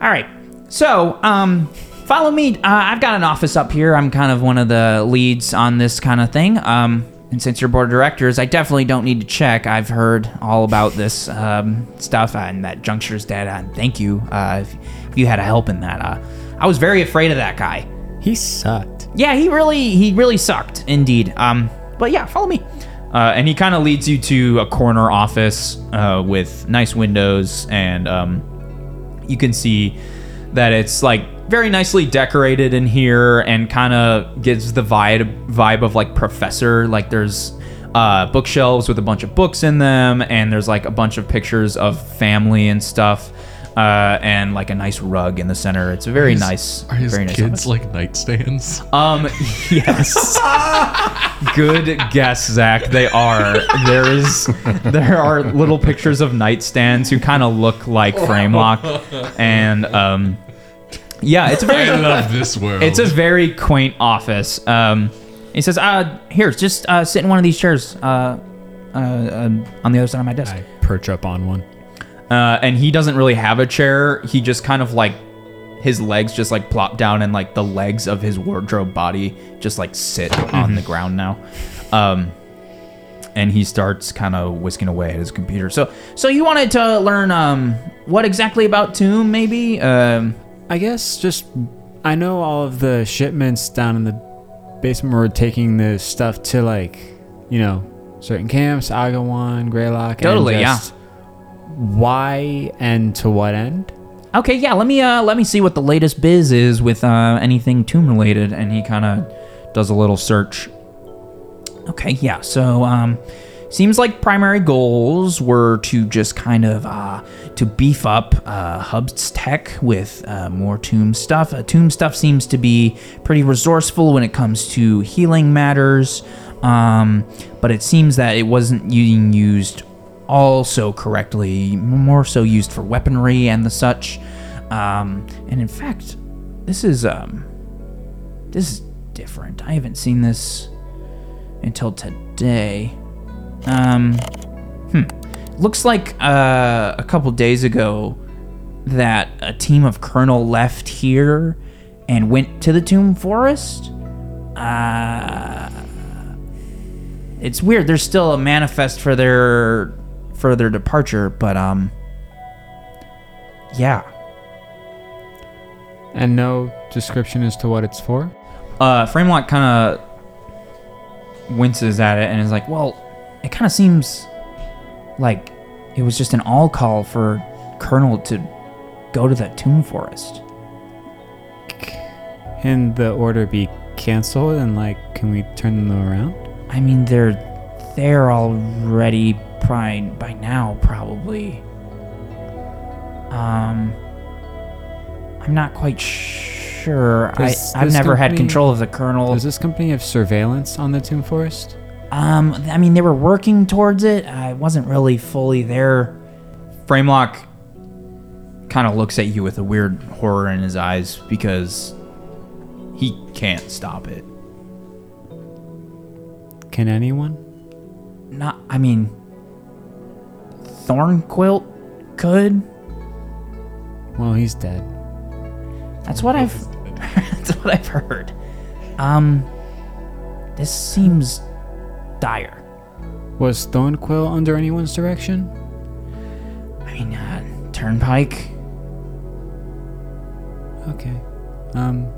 B: All right. So, um, follow me. Uh, I've got an office up here. I'm kind of one of the leads on this kind of thing. Um, and since you're board of directors, I definitely don't need to check. I've heard all about this um, stuff and that juncture's data. And thank you uh, if, if you had a help in that. Uh, I was very afraid of that guy.
G: He sucked.
B: Yeah, he really he really sucked indeed. Um, but yeah, follow me. Uh, and he kind of leads you to a corner office uh, with nice windows, and um, you can see that it's like very nicely decorated in here, and kind of gives the vibe vibe of like professor. Like there's uh, bookshelves with a bunch of books in them, and there's like a bunch of pictures of family and stuff, uh, and like a nice rug in the center. It's a very nice,
E: Are his
B: very nice office.
E: kids like nightstands?
B: Um, yes. Good guess, Zach. They are. There is, there are little pictures of nightstands who kind of look like Framelock, and um, Yeah, it's a
E: I
B: very
E: love this world.
B: it's a very quaint office. Um, he says, uh, "Here, just uh, sit in one of these chairs uh, uh, um, on the other side of my desk."
G: I perch up on one.
B: Uh, and he doesn't really have a chair. He just kind of like his legs just like plop down, and like the legs of his wardrobe body just like sit on the ground now. Um, and he starts kind of whisking away at his computer. So, so you wanted to learn um, what exactly about Tomb, maybe? Um,
G: I guess just I know all of the shipments down in the basement were taking the stuff to like you know certain camps, Agawan, Greylock.
B: Totally,
G: and
B: yeah.
G: just Why and to what end?
B: Okay, yeah, let me uh let me see what the latest biz is with uh anything tomb related and he kind of does a little search. Okay, yeah. So um seems like primary goals were to just kind of uh to beef up uh Hub's tech with uh, more tomb stuff. Uh, tomb stuff seems to be pretty resourceful when it comes to healing matters. Um but it seems that it wasn't being used also correctly, more so used for weaponry and the such. Um, and in fact, this is um, this is different. I haven't seen this until today. Um, hmm. Looks like uh, a couple days ago that a team of Colonel left here and went to the Tomb Forest. Uh, it's weird. There's still a manifest for their for their departure, but um, yeah.
G: And no description as to what it's for.
B: Uh, Framelock kind of winces at it and is like, "Well, it kind of seems like it was just an all call for Colonel to go to that tomb forest."
G: Can the order be canceled and like can we turn them around?
B: I mean, they're there already by, by now, probably. Um, I'm not quite sure. I,
G: Does
B: I've
G: this
B: never had
G: company-
B: control of the colonel.
G: Does this company have surveillance on the Tomb Forest?
B: Um, I mean, they were working towards it. I wasn't really fully there. Framelock kind of looks at you with a weird horror in his eyes because he can't stop it.
G: Can anyone?
B: Not, I mean, Thornquilt could.
G: Well, he's dead.
B: That's what I've. that's what I've heard. Um, this seems dire.
G: Was Thornquill under anyone's direction?
B: I mean, uh, Turnpike.
G: Okay. Um,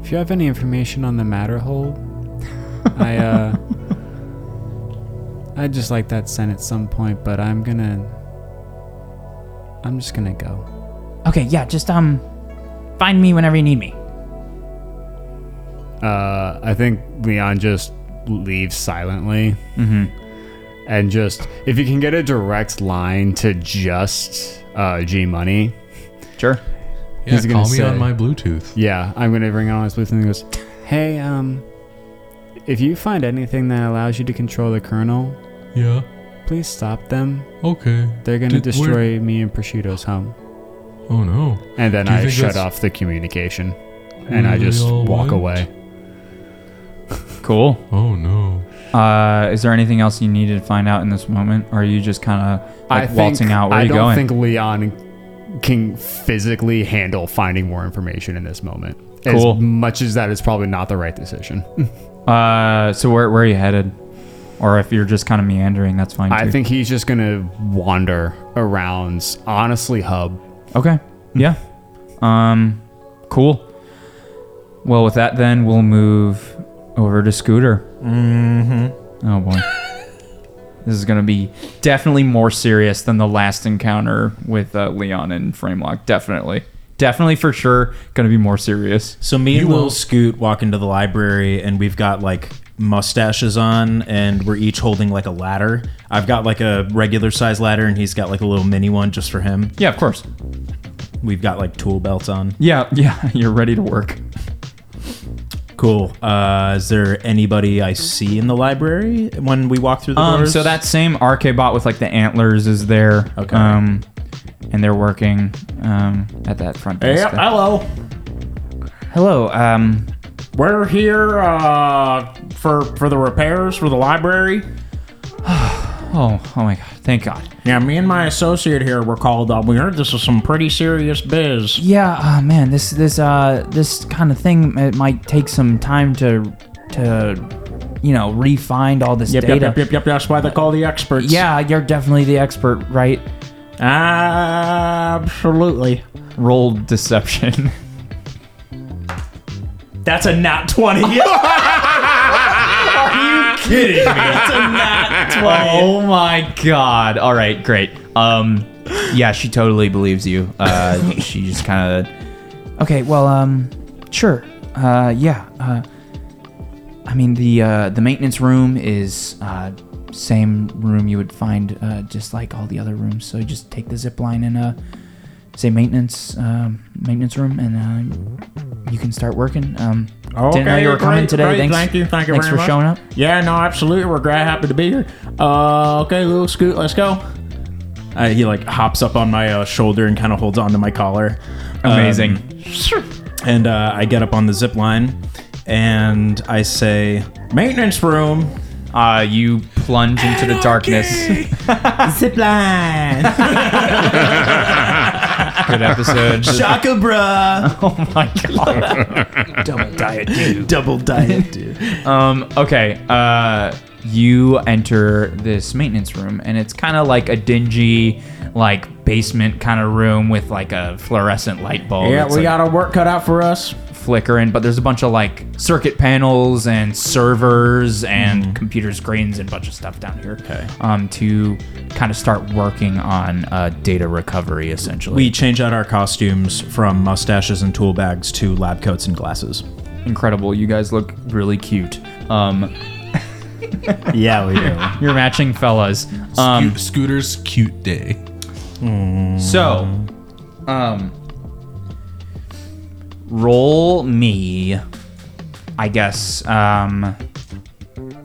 G: if you have any information on the Matterhold, I uh, I'd just like that sent at some point, but I'm gonna, I'm just gonna go.
B: Okay, yeah, just um, find me whenever you need me.
G: Uh, I think Leon just leaves silently, mm-hmm. and just if you can get a direct line to just uh, G Money,
B: Sure.
E: yeah,
G: he's gonna
E: call me
G: say-
E: on my Bluetooth.
G: Yeah, I'm gonna bring on his Bluetooth and he goes, Hey, um if you find anything that allows you to control the colonel,
E: Yeah.
G: please stop them.
E: Okay.
G: They're gonna
E: Did- where-
G: destroy me and Prosciutto's home.
E: Oh no.
G: And then
E: Do you
G: I
E: think
G: shut
E: that's-
G: off the communication. And I
E: Really
G: just
E: all
G: walk
E: went?
G: away.
B: Cool.
E: Oh no.
B: Uh, is there anything else you needed to find out in this moment, or are you just kind of
G: I
B: like
G: think,
B: waltzing out? Where
G: I
B: are you
G: don't
B: going?
G: think Leon can physically handle finding more information in this moment.
B: Cool. Mhm.
G: As much as that is probably not the right decision.
B: uh, so where where are you headed? Or if you're just kind of meandering, that's fine. Too.
G: I think he's just gonna wander around honestly hub
B: Okay. Yeah. Um. Cool. Well, with that, then we'll move over to Scooter. Mm-hmm. Oh boy. This is gonna be definitely more serious than the last encounter with uh, Leon and Framelock. Definitely, definitely for sure, gonna be more serious.
C: So me and Lil Scoot walk into the library, and we've got like mustaches on, and we're each holding like a ladder. I've got like a regular size ladder, and he's got like a little mini one just for him.
B: Yeah, of course.
C: We've got like tool belts on.
B: Yeah, yeah, you're ready to work.
C: Cool. Uh, is there anybody I see in the library when we walk through the
B: Um,
C: doors?
B: so that same RK bot with like the antlers is there.
C: Okay.
B: Um, and they're working um, at that front desk.
C: hello.
B: Hello. Um,
C: We're here uh, for for the repairs for the library.
B: oh, oh my God! Thank God.
C: Yeah, me and my associate here were called up. We heard this was some pretty serious biz.
B: Yeah, uh, man, this this uh this kind of thing it might take some time to to you know refine all this
C: Yep, yep,
B: data.
C: yep, yep, yep. That's why they call the experts.
B: Yeah, you're definitely the expert, right?
C: absolutely.
B: Roll deception.
C: That's a not twenty. Are you kidding me? That's a not twenty.
B: oh my god! All right, great. Um, yeah, she totally believes you. Uh, she just kind of. Okay, well, um, sure. Uh, yeah. Uh, I mean the uh, the maintenance room is uh, same room you would find uh, just like all the other rooms. So you just take the zip line and uh, say maintenance um, maintenance room, and uh, you can start working. Um, didn't know you were coming
C: Oh, great,
B: today.
C: great.
B: Thanks.
C: Thank you. Thank you
B: Thanks
C: very
B: for
C: much.
B: showing up.
C: Yeah, no, absolutely. We're great happy to be here. Uh, okay, little scoot, let's go. Uh, he like hops up on my uh, shoulder and kind of holds onto my collar.
B: Amazing.
C: Um, and uh, I get up on the zip line and I say, "Maintenance room,
B: Uh, you plunge into the darkness.
C: zip line,
B: Good episode.
C: Shaka bra,
B: oh my god.
C: double diet, dude."
B: Um, okay. Uh, you enter this maintenance room, and it's kind of like a dingy, like basement kind of room with like a fluorescent light bulb.
C: Yeah,
B: that's,
C: we
B: like,
C: got our work cut out for us.
B: flickering, but there's a bunch of like circuit panels and servers and computer screens and a bunch of stuff down here.
C: Okay.
B: Um, to kind of start working on uh, data recovery, essentially.
C: We change out our costumes from mustaches and tool bags to lab coats and glasses.
B: incredible. You guys look really cute. Um,
C: Yeah, we do.
B: you're matching fellas. Um,
E: Scoot- Scooter's cute day.
B: So, um, roll me, I guess. Um,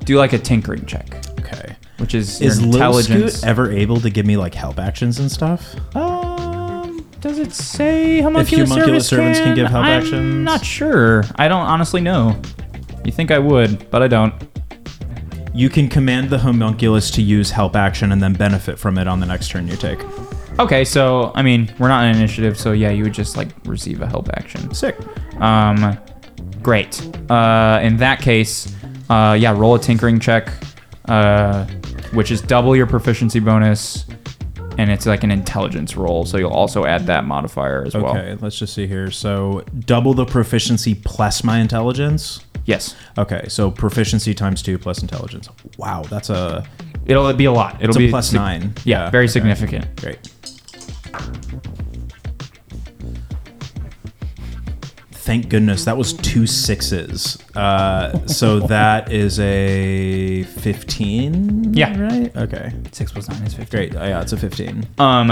B: do like a tinkering check,
C: Okay.
B: which is, your
C: Is Lil
B: intelligence.
C: Scoot ever able to give me like help actions and stuff?
B: um, does it say how much
C: homunculus servants can give help
B: I'm
C: actions?
B: Not sure. I don't honestly know. You think I would, but I don't.
C: You can command the homunculus to use help action and then benefit from it on the next turn you take.
B: Okay, so I mean, we're not an initiative, so yeah, you would just like receive a help action.
C: Sick.
B: Um, great. Uh, in that case, uh, yeah, roll a tinkering check, uh, which is double your proficiency bonus, and it's like an intelligence roll, so you'll also add that modifier as well.
C: Okay, let's just see here. So double the proficiency plus my intelligence.
B: Yes,
C: Okay, so proficiency times two plus intelligence. Wow, that's a
B: it'll be a lot. It'll
C: it's
B: be
C: a plus
B: sig-
C: nine.
B: Yeah, very
C: okay.
B: significant.
C: Great. Thank goodness that was two sixes. Uh, so that is a fifteen.
B: Yeah.
C: Right. Okay.
B: Six plus nine is fifteen.
C: Great. Uh, yeah, it's a fifteen.
B: um,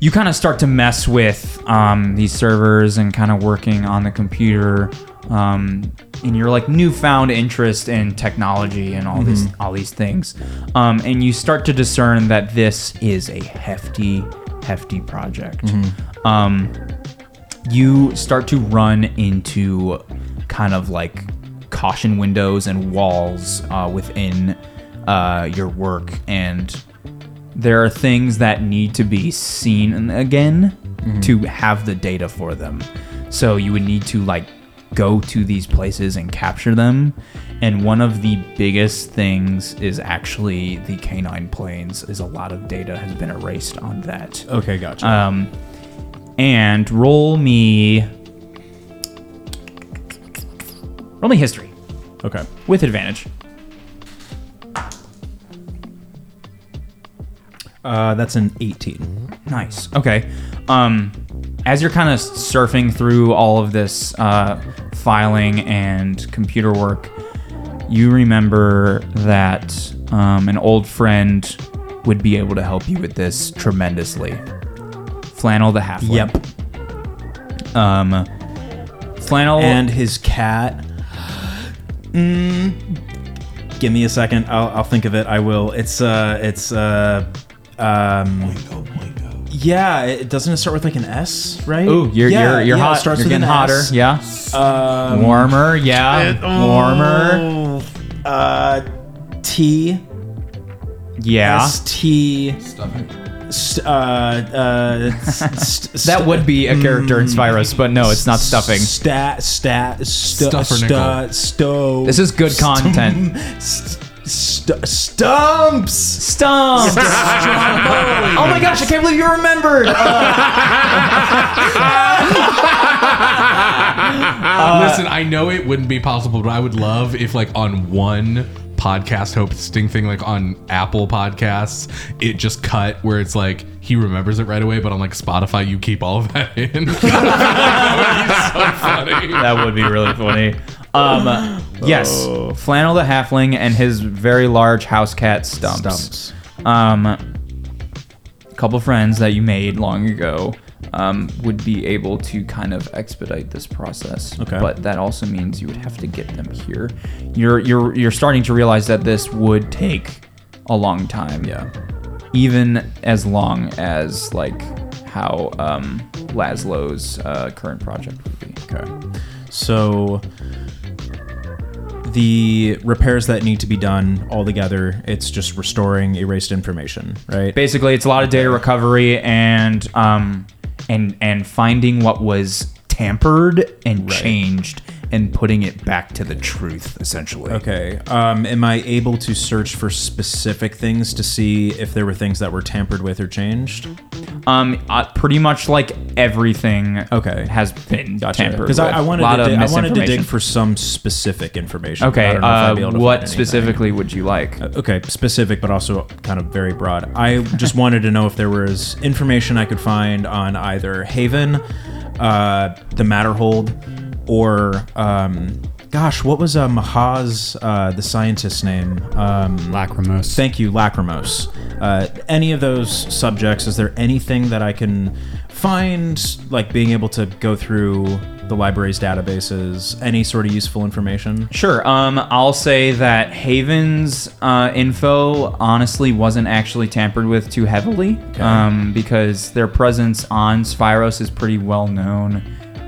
B: you kind of start to mess with um, these servers and kind of working on the computer um, in your like newfound interest in technology and all these all these things um, and you start to discern that this is a hefty hefty project um, you start to run into kind of like caution windows and walls uh, within uh, your work and there are things that need to be seen again to have the data for them. So you would need to like go to these places and capture them. And one of the biggest things is actually the canine planes is a lot of data has been erased on that.
C: Okay, gotcha.
B: Um, and roll me roll me history
C: okay.
B: with advantage.
C: Uh, that's an eighteen.
B: Nice. Okay. Um, as you're kind of surfing through all of this uh, filing and computer work, you remember that um, an old friend would be able to help you with this tremendously. Flannel the half.
C: Yep.
B: Um, Flannel
C: And his cat. Mm, give me a second. I'll, I'll think of it. I will. It's uh, it's uh, um, Yeah, it doesn't it start with like an S, right?
B: Ooh, you're
C: yeah,
B: you're, you're
C: yeah,
B: hot.
C: It starts
B: You're
C: with
B: getting
C: an
B: hotter.
C: S. Um, oh,
B: Yeah. warmer. Yeah. warmer.
C: Uh, T
B: Yeah.
C: S T. St- uh, uh, st- st-
B: that would be a character in
C: Mm.
B: Spyros, but no, it's not stuffing.
C: Stat, stat, stu,
E: Stuffernicle.
C: stu, sto.
B: This is good content.
C: st- st- stumps.
B: Stumps. oh my gosh! I can't believe you remembered. uh,
E: Listen, I know it wouldn't be possible, but I would love if, like, on one podcast hosting thing, like on Apple Podcasts, it just cut where it's like he remembers it right away, but on like Spotify, you keep all of that in. that would be so funny.
B: that would be really funny. Um, yes,
C: Oh.
B: Flannel the Halfling and his very large house cat Stumps. Um, a couple friends that you made long ago um, would be able to kind of expedite this process.
C: Okay.
B: But that also means you would have to get them here. You're you're you're starting to realize that this would take a long time. Yeah. Even as long as like how um, Laszlo's uh, current project would be.
C: Okay. So the repairs that need to be done all together, it's just restoring erased information, right?
B: basically it's a lot of data recovery and um and and finding what was tampered and changed and putting it back to the truth essentially
C: Okay. Um, am I able to search for specific things to see if there were things that were tampered with or changed?
B: um uh, pretty much like everything
C: Okay.
B: has been tampered
C: Because I, I
B: with.
C: wanted
B: Lot
C: to
B: of
C: dig, I wanted to dig
B: misinformation.
C: for some specific information. I
B: okay
C: don't know if I'd be
B: uh,
C: able to find
B: what
C: anything.
B: specifically would you like
C: Okay, specific, but also kind of very broad. I just wanted to know if there was information I could find on either Haven, uh, the Matterhold, or um, gosh, what was uh, Maha's uh, the scientist's name? Um,
G: Lacrimose.
C: Thank you, Lacrimose. Uh, any of those subjects, is there anything that I can find, like being able to go through the library's databases, any sort of useful information?
B: Sure. Um, I'll say that Haven's uh, info honestly wasn't actually tampered with too heavily um, because their presence on Spyros is pretty well known,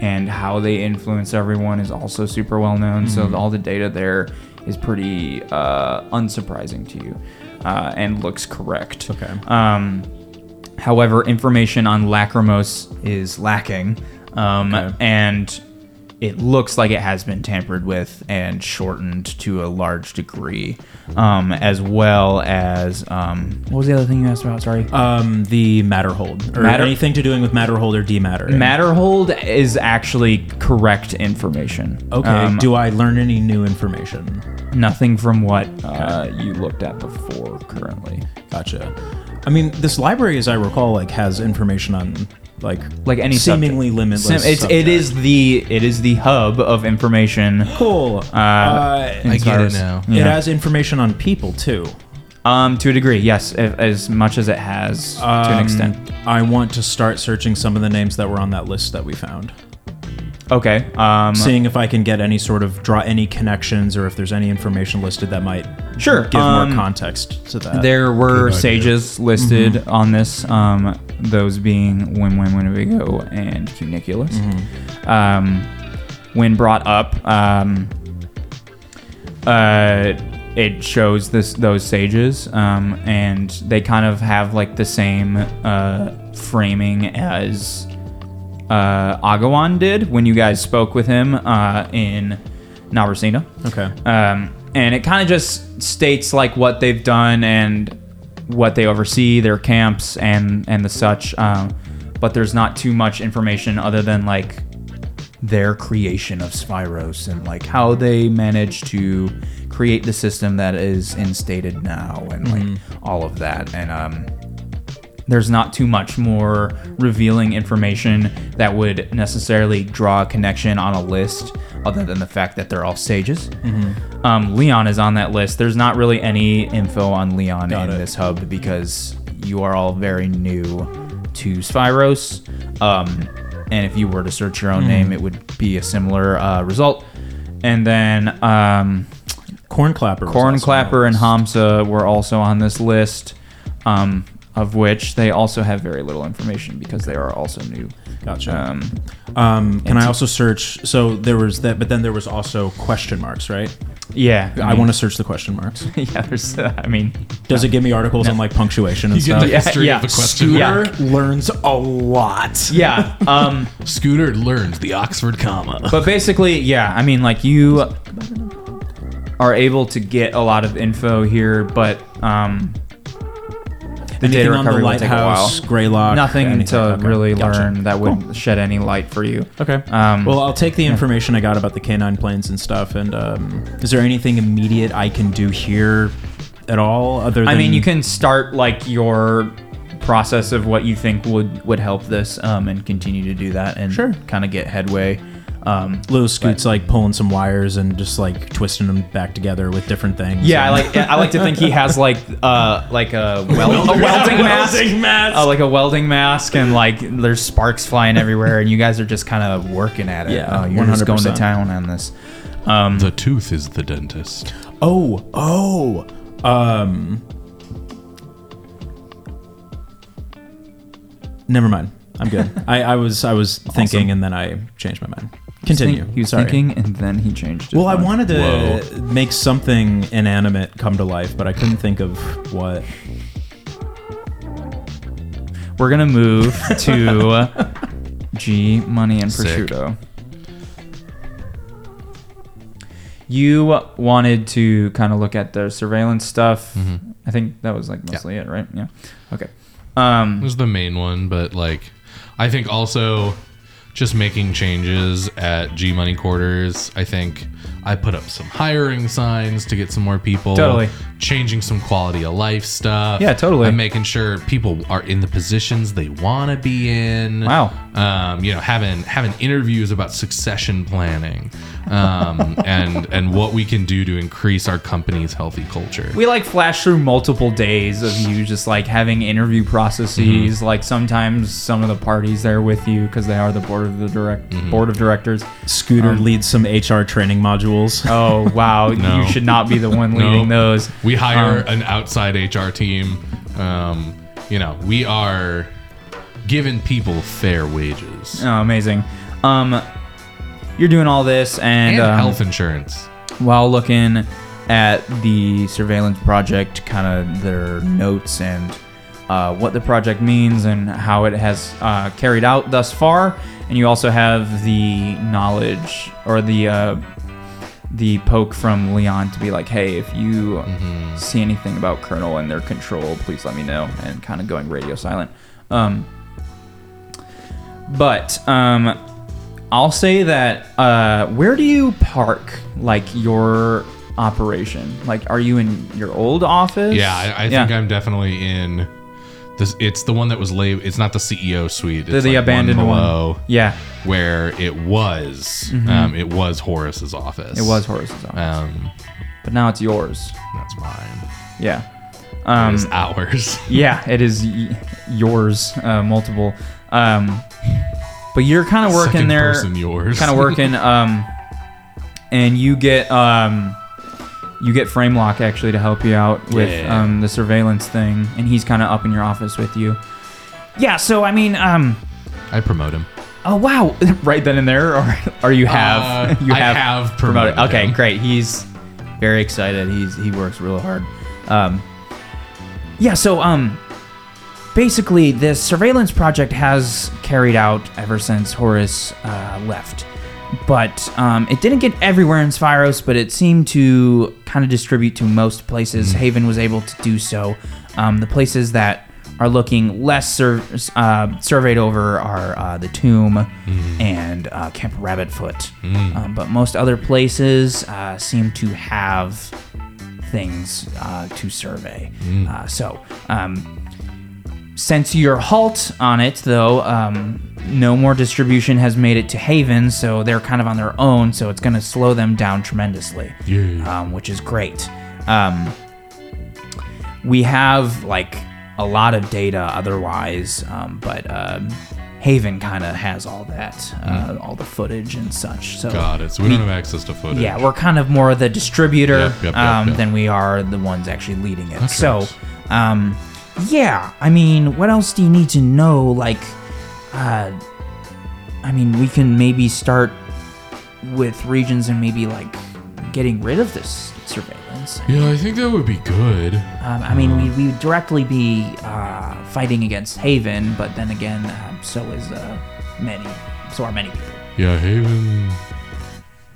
B: and how they influence everyone is also super well known. So all the data there is pretty uh, unsurprising to you uh, and looks correct.
C: Okay.
B: Um, However, information on Lacrimose is lacking, um, and it looks like it has been tampered with and shortened to a large degree, um, as well as um, what was the other thing you asked about? Sorry.
C: Um, the Matterhold, or
B: Matter-
C: anything to doing with Matterhold or Dematter.
B: Matterhold is actually correct information.
C: Okay.
B: Um,
C: Do I learn any new information?
B: nothing from what uh, you looked at before currently.
C: Gotcha. I mean, this library, as I recall, like has information on like
B: Like any
C: seemingly
B: subject.
C: limitless.
B: Sim- it's, it
C: subject.
B: is the it is the hub of information.
C: cool. Uh,
E: I get it now.
C: It has information on people too.
B: Um, to a degree, yes, a- as much as it has to
C: Um,
B: an extent.
C: I want to start searching some of the names that were on that list that we found,
B: Okay. Um,
C: seeing if I can get any sort of draw any connections or if there's any information listed that might
B: Sure,
C: give
B: um,
C: more context to that.
B: there were sages listed on this, um, those being Wim Wim Winnebago and Cuniculus. Um, when brought up, um, uh, it shows this those sages, um, and they kind of have like the same uh, framing as uh, Agawan did when you guys spoke with him uh, in Navarcina.
C: Okay.
B: Um, and it kind of just states like what they've done and what they oversee, their camps and and the such. Um, but there's not too much information other than like their creation of Spyros and like how they managed to create the system that is instated now and like all of that. And um, there's not too much more revealing information that would necessarily draw a connection on a list other than the fact that they're all sages. Um, Leon is on that list. There's not really any info on Leon in this hub because you are all very new to Spyros. Um, and if you were to search your own name, it would be a similar uh, result. And then um,
C: Corn Clapper. was
B: Corn
C: also on
B: Clapper
C: that
B: and
C: list.
B: Hamza were also on this list. Um, of which they also have very little information because they are also new.
C: Gotcha.
B: Um,
C: Um, can I also search? So there was that, but then there was also question marks, right?
B: yeah,
C: I want to search the question marks.
B: to. Mm-hmm. Yeah, there's. Uh, I mean,
C: Does it give me articles on like punctuation and
E: You get
C: stuff?
E: the history
B: yeah.
E: of a question.
B: Scooter.
C: Scooter learns a lot.
B: yeah. Um,
E: Scooter learns the Oxford comma.
B: but basically, yeah. I mean, like you are able to get a lot of info here, but um, the
C: Anything
B: data
C: on the
B: recovery will take a while.
C: lighthouse, Greylock?
B: Nothing
C: anything.
B: to
C: Okay,
B: really
C: gotcha.
B: learn that would shed any light for you.
C: Okay.
B: Um,
C: well, I'll take the information I got about the canine planes and stuff. And um, is there anything immediate I can do here at all? Other than
B: I mean, you can start like your process of what you think would would help this, um, and continue to do that, and
C: Sure.
B: kind of get headway. Um,
C: Little Scoot's like pulling some wires and just like twisting them back together with different things.
B: yeah, I
C: and-
B: like I like to think he has like uh like a, wel- a welding mask,
C: mask.
B: Uh, like a welding mask, and like there's sparks flying everywhere, and you guys are just kind of working at it.
C: Yeah,
B: uh, you're just going to
C: 100%.
B: town on this. Um,
E: The tooth is the dentist.
C: Oh, oh. Um. Never mind. I'm good. I, I was I was thinking and then I changed my mind. Continue.
B: He was
C: Sorry.
B: thinking, and then he changed. His
C: Well, I
B: mind.
C: wanted to make something inanimate come to life, but I couldn't think of what.
B: We're gonna move to G Money and
E: Sick.
B: Prosciutto. You wanted to kind of look at the surveillance stuff.
C: Mm-hmm.
B: I think that was like mostly it, right? Yeah. Okay. Um,
E: was the main one, but like, I think also just making changes at G Money quarters. I think I put up some hiring signs to get some more people.
B: Totally.
E: Changing some quality of life stuff.
B: Yeah, totally.
E: I'm making sure people are in the positions they want to be in.
B: Wow.
E: Um, you know, having having interviews about succession planning, um, and and what we can do to increase our company's healthy culture.
B: we like flash through multiple days of you just like having interview processes.
E: Mm-hmm.
B: Like sometimes some of the parties there with you because they are the board of the direct
E: Mm-hmm.
B: board of directors.
C: Scooter leads some HR training modules.
B: Um, Oh wow,
E: No.
B: you should not be the one
E: No.
B: leading those.
E: We hire
B: Um,
E: an outside HR team. Um, you know, we are giving people fair wages
B: Oh, amazing. Um, you're doing all this and,
E: and
B: um,
E: health insurance.
B: while looking at the surveillance project, kind of their notes and uh, what the project means and how it has uh, carried out thus far. And you also have the knowledge or the uh, the poke from Leon to be like, hey, if you
E: Mm-hmm.
B: see anything about Colonel and their control, please let me know. And kind of going radio silent. Um, but um, I'll say that uh, where do you park like your operation? Like, are you in your old office?
E: Yeah, I, I think I'm definitely in. This, it's the one that was labeled. It's not the CEO suite. It's
B: the, the
E: like
B: abandoned one.
E: below
B: Yeah,
E: where it was. Um, it was Horace's office.
B: Mm-hmm. it was Horace's office,
E: Um,
B: but now it's yours.
E: that's mine.
B: Yeah,
E: It
B: um,
E: was ours.
B: yeah, it is y- yours. Uh, multiple, um, but you're kind of working
E: Second
B: there.
E: person yours.
B: kind of working um and you get um you get framelock actually to help you out with
E: Yeah.
B: um the surveillance thing and he's kind of up in your office with you yeah so i mean um
E: I promote him.
B: oh wow right then and there or or you have
E: Uh,
B: you
E: I
B: have,
E: have promoted
B: okay
E: him.
B: great he's very excited he's he works real hard um yeah so um basically this surveillance project has carried out ever since horace uh, left but um, it didn't get everywhere in Spyros, but it seemed to kind of distribute to most places. Haven was able to do so. Um, the places that are looking less sur- uh, surveyed over are uh, the Tomb and uh, Camp Rabbitfoot. Um, but most other places uh, seem to have things uh, to survey. Uh, so, um, since your halt on it, though, um, no more distribution has made it to Haven, so they're kind of on their own, so it's going to slow them down tremendously, um, which is great. Um, we have like a lot of data otherwise, um, but um, Haven kind of has all that, uh, all the footage and such. So
E: Got it. So we don't have access to footage.
B: yeah, we're kind of more the distributor
E: Yep, yep, yep,
B: um,
E: yep.
B: than we are the ones actually leading it. so,
E: right.
B: um, yeah, I mean, what else do you need to know? Like, uh, I mean, we can maybe start with regions and maybe like getting rid of this surveillance.
E: Yeah, I think that would be good.
B: Um, I mean, we, we would directly be uh, fighting against Haven, but then again, um, so is uh, many, so are many people.
E: Yeah, Haven,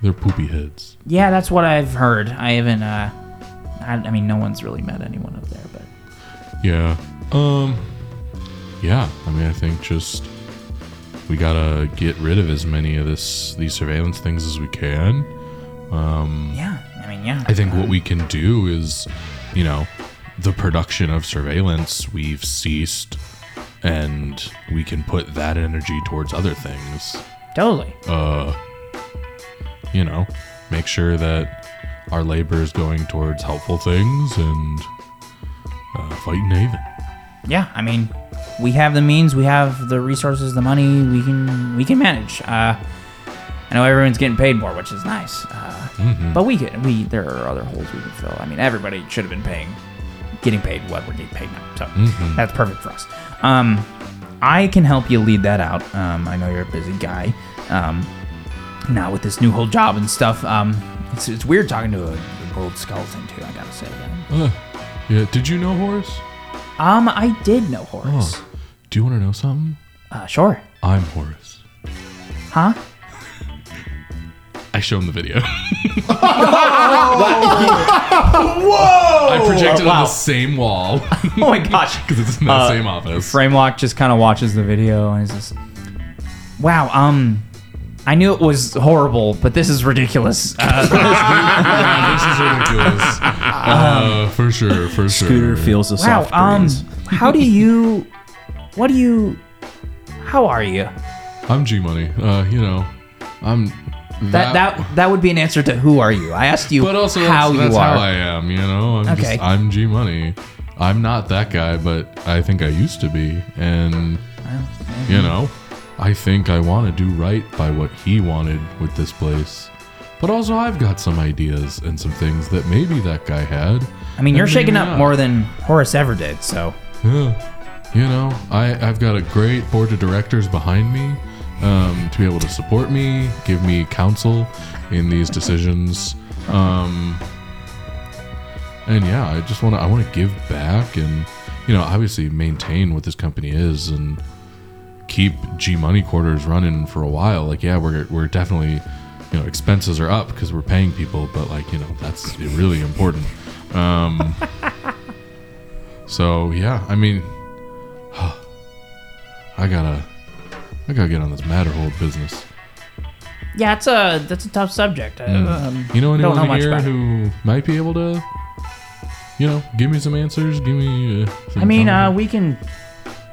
E: they're poopy heads.
B: Yeah, that's what I've heard. I haven't. Uh, I, I mean, no one's really met anyone up there, but
E: Yeah. Um. Yeah. I mean, I think just we gotta get rid of as many of this these surveillance things as we can.
B: yeah, I mean, yeah.
E: I think what we can do is, you know, the production of surveillance we've ceased, and we can put that energy towards other things.
B: Totally.
E: You know, make sure that our labor is going towards helpful things and uh, fighting Haven.
B: yeah, I mean, we have the means, we have the resources, the money. We can we can manage. Uh, I know everyone's getting paid more, which is nice. Uh, But we could we there are other holes we can fill. I mean, everybody should have been paying, getting paid what we're getting paid now. So that's perfect for us. Um, I can help you lead that out. Um, I know you're a busy guy. Um, now with this new whole job and stuff, um, it's, it's weird talking to a, a gold skeleton too. I gotta say.
E: Uh, yeah. Did you know Horace?
B: Um, I did know Horace.
E: Do you want to know something?
B: Uh, sure.
E: I'm Horace.
B: Huh?
E: I show him the video. Whoa! I projected on the same wall
B: Oh my gosh.
E: because it's in the same office.
B: Framelock just kind of watches the video and is just, wow, um, I knew it was horrible, but this is ridiculous. Uh,
E: Yeah, this is ridiculous. Uh, for sure, for sure.
C: Scooter feels the
B: wow,
C: soft
B: um,
C: breeze.
B: how do you, what do you, how are you?
E: I'm G Money. Uh, you know, I'm
B: That, that, that would be an answer to who are you? I asked you
E: But also, that's,
B: how
E: how, that's
B: you are.
E: how I am. You know, I'm
B: Okay.
E: just I'm G Money. I'm not that guy, but I think I used to be, and you know, I think I want to do right by what he wanted with this place. But also, I've got some ideas and some things that maybe that guy had.
B: I mean, you're
E: and
B: shaking
E: maybe
B: up
E: not.
B: more than Horace ever did, so.
E: Yeah. You know, I, I've got a great board of directors behind me um, to be able to support me, give me counsel in these decisions. Um, and yeah, I just want to I want to give back and you know obviously maintain what this company is and keep G Money quarters running for a while. Like yeah, we're we're definitely you know expenses are up because we're paying people, but like you know that's really important. Um, so yeah, I mean, I gotta, I gotta get on this Matterhold business.
B: Yeah, it's a, that's a tough subject. Um,
E: Mm. You know
B: Don't
E: anyone
B: know much
E: here
B: about it.
E: who might be able to, you know, give me some answers? Give me. Uh, some
B: I mean, uh,
E: commentary?
B: we can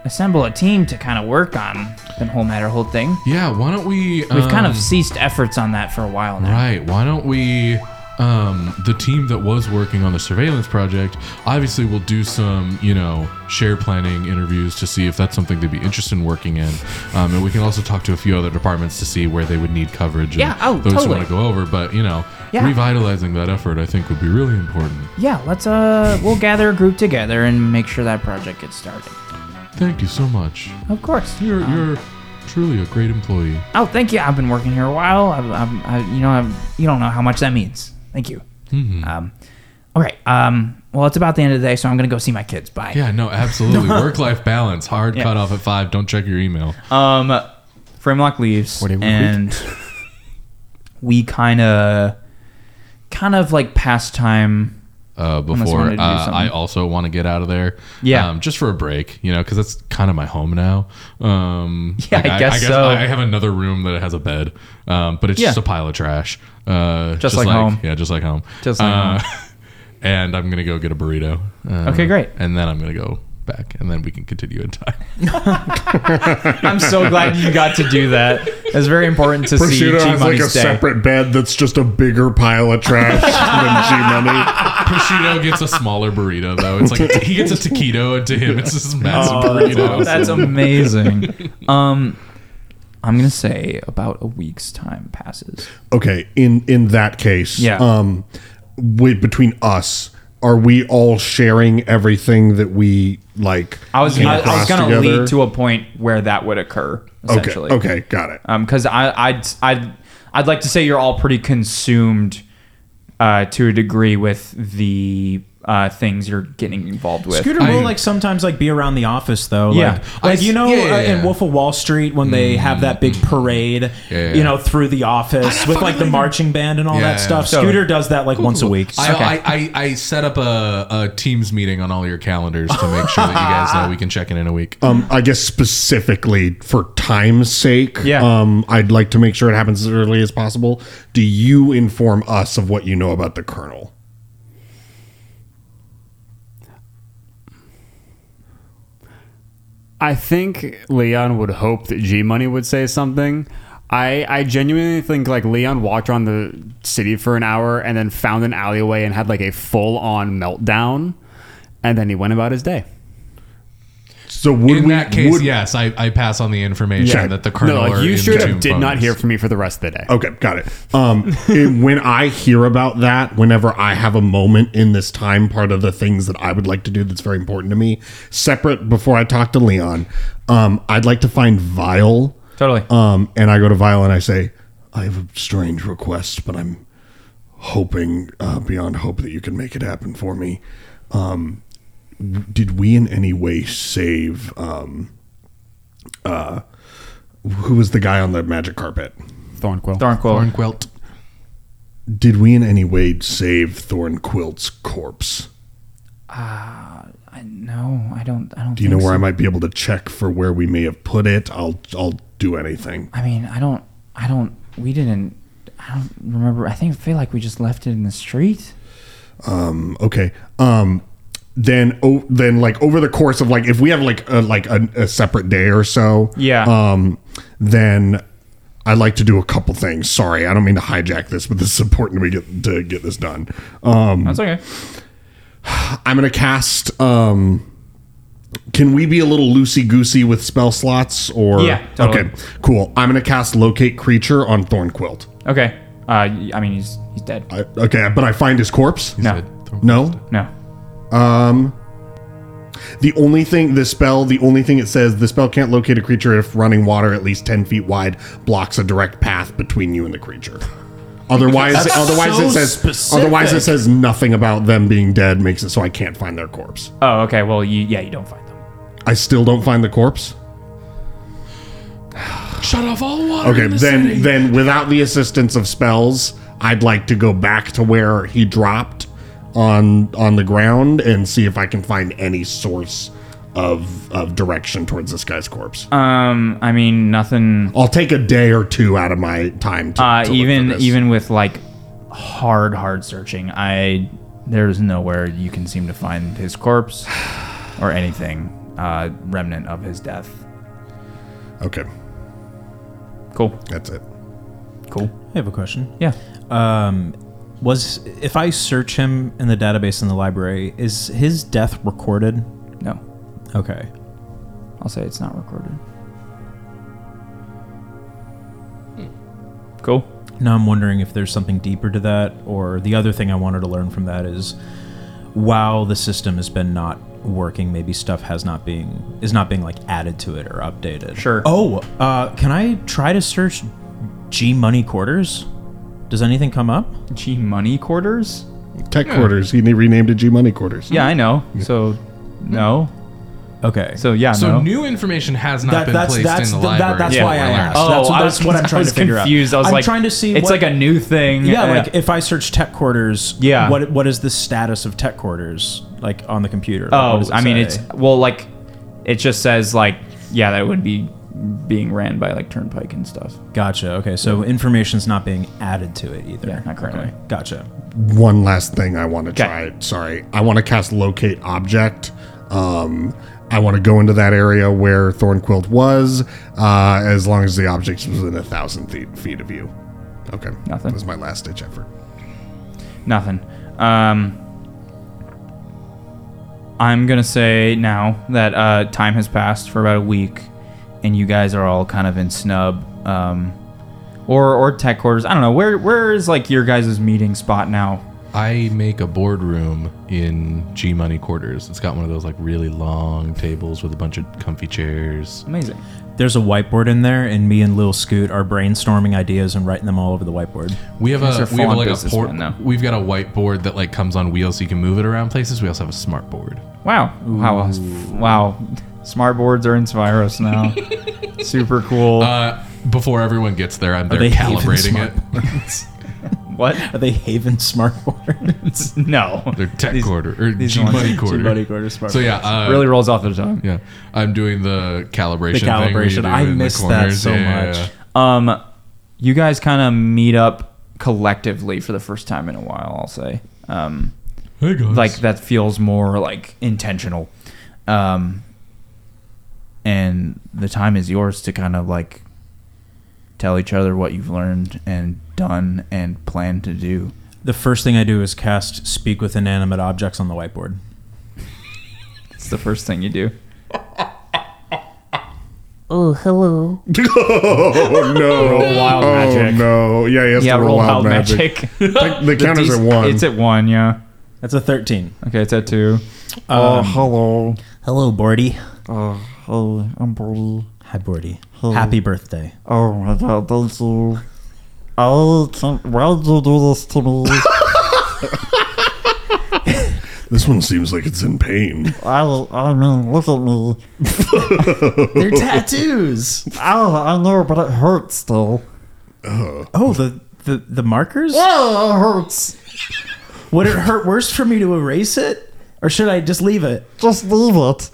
B: assemble a team to kind of work on the whole matter, whole thing.
E: yeah. Why don't we?
B: We've kind
E: um,
B: of ceased efforts on that for a while now.
E: Right. Why don't we? Um, the team that was working on the surveillance project obviously will do some, you know, share planning interviews to see if that's something they'd be interested in working in. Um, and we can also talk to a few other departments to see where they would need coverage and
B: Yeah, oh,
E: those who
B: totally.
E: want to go over. But, you know,
B: Yeah.
E: revitalizing that effort, I think, would be really important.
B: Yeah, let's uh, we'll gather a group together and make sure that project gets started.
E: Thank you so much.
B: Of course.
E: You're, you're truly a great employee.
B: Oh, thank you. I've been working here a while. I've, I've, I, you know, I've, you don't know how much that means. Thank you.
E: Mm-hmm.
B: Um, all right. Um, well, it's about the end of the day, so I'm gonna go see my kids. Bye.
E: Yeah, no, absolutely. Work life balance. Hard
B: Yeah.
E: cutoff at five. Don't check your email.
B: Um, Framelock leaves,
G: do you want?
B: and we kind of, kind of like pass time.
E: uh,
B: you
E: before
B: wanted to
E: uh,
B: do something.
E: I also want to get out of there.
B: Yeah.
E: um, just for a break, you know, because that's kind of my home now. Um,
B: Yeah, I guess so.
E: I have another room that has a bed, um, but it's
B: Yeah.
E: just a pile of trash. Uh, just,
B: like home.
E: Yeah, just like home.
B: Just like
E: Uh, And I'm gonna go get a burrito. Uh,
B: Okay, great.
E: And then I'm gonna go back, and then we can continue in time.
B: I'm so glad you got to do that. It's very important to see
F: Prosciutto
B: G
F: has like
B: Money's
F: a
B: day.
F: separate bed that's just a bigger pile of trash than G Money.
E: Prosciutto gets a smaller burrito though. It's like he gets a taquito, and to him, it's this massive burrito.
B: That's amazing. um, I'm gonna say about a week's time passes.
F: okay in in that case
B: Yeah.
F: um wi- between us are we all sharing everything that we like?
B: I was
F: came
B: I, I was
F: across
B: going to
F: together?
B: lead to a point where that would occur.
F: okay,
B: Essentially.
F: okay, got it.
B: because I I'd, I'd I'd like to say you're all pretty consumed uh, to a degree with the uh, things you're getting involved with.
C: Scooter
E: I-
C: will like sometimes like be around the office though.
B: Yeah.
C: like, like
E: I-
C: you know
E: yeah, yeah,
C: uh,
E: yeah. Mm.
C: in Wolf of Wall Street when they have that big parade,
E: Yeah, yeah.
C: you know, through the office with like the marching band and all
E: Yeah,
C: that stuff.
E: yeah.
C: Scooter does that like once a week.
E: I, I, I, I set up a, a Teams meeting on all your calendars to make sure that you guys know we can check in in a week.
F: Um, I guess specifically for time's sake,
B: Yeah.
F: um, I'd like to make sure it happens as early as possible. Do you inform us of what you know about the colonel?
G: I think Leon would hope that G Money would say something. I, I genuinely think like Leon walked around the city for an hour and then found an alleyway and had like a full on meltdown, and then he went about his day.
F: So would
E: in
F: we?
E: that case,
F: would,
E: yes, I, I pass on the information
F: Yeah.
E: that the colonel.
G: no, like
E: are
G: you
E: in
G: straight
E: Tomb
G: up did not
E: Bones.
G: hear from me for the rest of the day.
F: Okay, got it. Um, it- When I hear about that, whenever I have a moment in this time, part of the things that I would like to do that's very important to me, separate before I talk to Leon, um, I'd like to find Vile.
B: Totally.
F: Um, and I go to Vile and I say, I have a strange request, but I'm hoping uh, beyond hope that you can make it happen for me. Um, w- did we in any way save um, uh, who was the guy on the magic carpet?
G: Thornquill.
B: Darn cool.
E: Thornquilt.
F: Did we in any way save Thorn Quilt's corpse?
B: I, no, I don't. I don't.
F: Do you know where I might be able to check for where we may have put it? I'll I'll do anything.
B: I mean, I don't. I don't. We didn't. I don't remember. I think feel like we just left it in the street.
F: Okay. Um then oh then like over the course of like if we have like a like a, a separate day or so.
B: Yeah.
F: Um then I'd like to do a couple things. Sorry, I don't mean to hijack this, but this is important to me get to get this done. Um
B: That's okay.
F: I'm gonna cast um can we be a little loosey goosey with spell slots or
B: Yeah, totally.
F: okay cool i'm gonna cast locate creature on thornquilt
B: Okay. Uh, I mean, he's he's dead.
F: I, okay but i find his corpse
B: no,
F: no
B: no.
F: The only thing, the spell, the only thing it says, the spell can't locate a creature if running water at least 10 feet wide blocks a direct path between you and the creature. Otherwise, otherwise
C: so
F: it says,
C: specific.
F: otherwise it says nothing about them being dead makes it so I can't find their corpse.
B: Oh, okay. Well, you yeah, you don't find them.
F: I still don't find the corpse.
E: Shut off all water.
F: Okay,
E: in the
F: then,
E: city.
F: then without the assistance of spells, I'd like to go back to where he dropped on on the ground and see if I can find any source of of direction towards this guy's corpse.
B: Um, I mean, nothing.
F: I'll take a day or two out of my time to,
B: Uh,
F: to look for
B: even
F: this.
B: even with like hard hard searching, I there's nowhere you can seem to find his corpse or anything uh, remnant of his death.
F: okay,
B: Cool,
F: that's it.
B: cool.
C: I have a question.
B: Yeah,
C: Um, was if I search him in the database in the library, is his death recorded?
B: no,
C: Okay.
B: I'll say it's not recorded.
C: Hmm.
B: Cool.
C: Now I'm wondering if there's something deeper to that, or the other thing I wanted to learn from that is, while the system has been not working, maybe stuff has not being is not being like added to it or updated.
B: Sure.
C: Oh, uh, can I try to search G Money Quarters? Does anything come up?
B: G money quarters.
F: Tech quarters. He renamed it G Money quarters.
B: Yeah, I know. So no.
C: Okay.
B: So yeah,
E: So
B: no.
E: new information has not
C: That-
E: been
C: that's-
E: placed
C: that's
E: in the
C: the- that-
E: library.
C: that's
E: is what
C: why
E: we're
C: I
E: learning.
G: Oh.
C: asked. that's what- that's what I'm trying to figure out.
B: confused. Oh, I was
C: I'm
B: like,
C: trying to see
B: It's
C: what-
B: like a new thing.
C: yeah,
B: Uh,
C: like if I search Tech Quarters,
B: Yeah.
C: what what is the status of Tech Quarters like on the computer? Like, what
B: Oh,
C: does it
B: I mean,
C: say?
B: it's well, like it just says like yeah, that would be being ran by like Turnpike and stuff.
C: Gotcha. Okay, so information's not being added to it either.
B: Yeah, not currently.
C: Okay, Gotcha.
F: One last thing I want to
B: Okay.
F: try. Sorry, I want to cast locate object. Um, I want to go into that area where Thornquilt was, uh, as long as the object's within a thousand feet, feet of you. Okay,
B: Nothing.
F: That was my last ditch effort.
B: Nothing. Um, I'm gonna say now that uh, time has passed for about a week, and you guys are all kind of in snub, um, or or tech quarters. I don't know where where is like your guys' meeting spot now.
E: I make a boardroom in G Money quarters. It's got one of those like really long tables with a bunch of comfy chairs.
B: Amazing.
C: There's a whiteboard in there, and me and Lil Scoot are brainstorming ideas and writing them all over the whiteboard.
E: We have
B: These
E: a
B: are
E: we have
B: fun
E: like a
B: businessmen,
E: port,
B: though.
E: we've got a whiteboard that like comes on wheels so you can move it around places. We also have a smart board.
B: Wow. Wow. Wow. Smart boards are in Spyros now. Super cool.
E: Uh, before everyone gets there, I'm
C: Are
E: there
C: they even
E: calibrating
C: smart
E: it.
C: boards?
B: what?
C: Are they Haven smart boards?
B: No.
E: They're tech
B: These-
E: quarter or
B: these
E: G
B: ones-
E: Money quarter.
C: G-Money quarter smart
E: So yeah, uh,
B: really rolls off the tongue.
E: yeah. I'm doing the calibration.
C: The
E: thing where you
C: calibration.
E: do
C: I
E: it in the
C: miss that
E: corners.
C: so
E: Yeah,
C: much.
E: yeah, yeah.
B: Um, you guys kind of meet up collectively for the first time in a while. I'll say. Um,
E: Hey guys.
B: like that feels more like intentional. Um, and the time is yours to kind of like tell each other what you've learned and done and plan to do.
C: The first thing I do is cast Speak with Inanimate Objects on the whiteboard.
B: It's the first thing you do.
H: Oh, hello.
F: Oh no! roll
G: wild
F: oh,
G: magic.
F: no! Yeah, he has
B: yeah,
F: to roll,
B: roll wild
F: wild, magic.
B: magic.
F: The, the counters
B: Dec-
F: are one.
B: It's at one. Yeah.
C: That's a 13.
B: Okay, it's at two.
F: oh, hello.
C: Hello, Bordy.
I: Oh, hey, I'm Brody.
C: Hi, Bordy. Happy birthday.
I: Oh my god, thank you. Oh, can- why'd you do this to me?
F: This one seems like it's in pain.
I: I, I mean, look at me.
C: They're tattoos.
I: Oh, I know, but it hurts still.
C: Oh, the, the, the markers?
I: Oh, it hurts.
C: Would it hurt worse for me to erase it? Or should I just leave it?
I: Just leave it.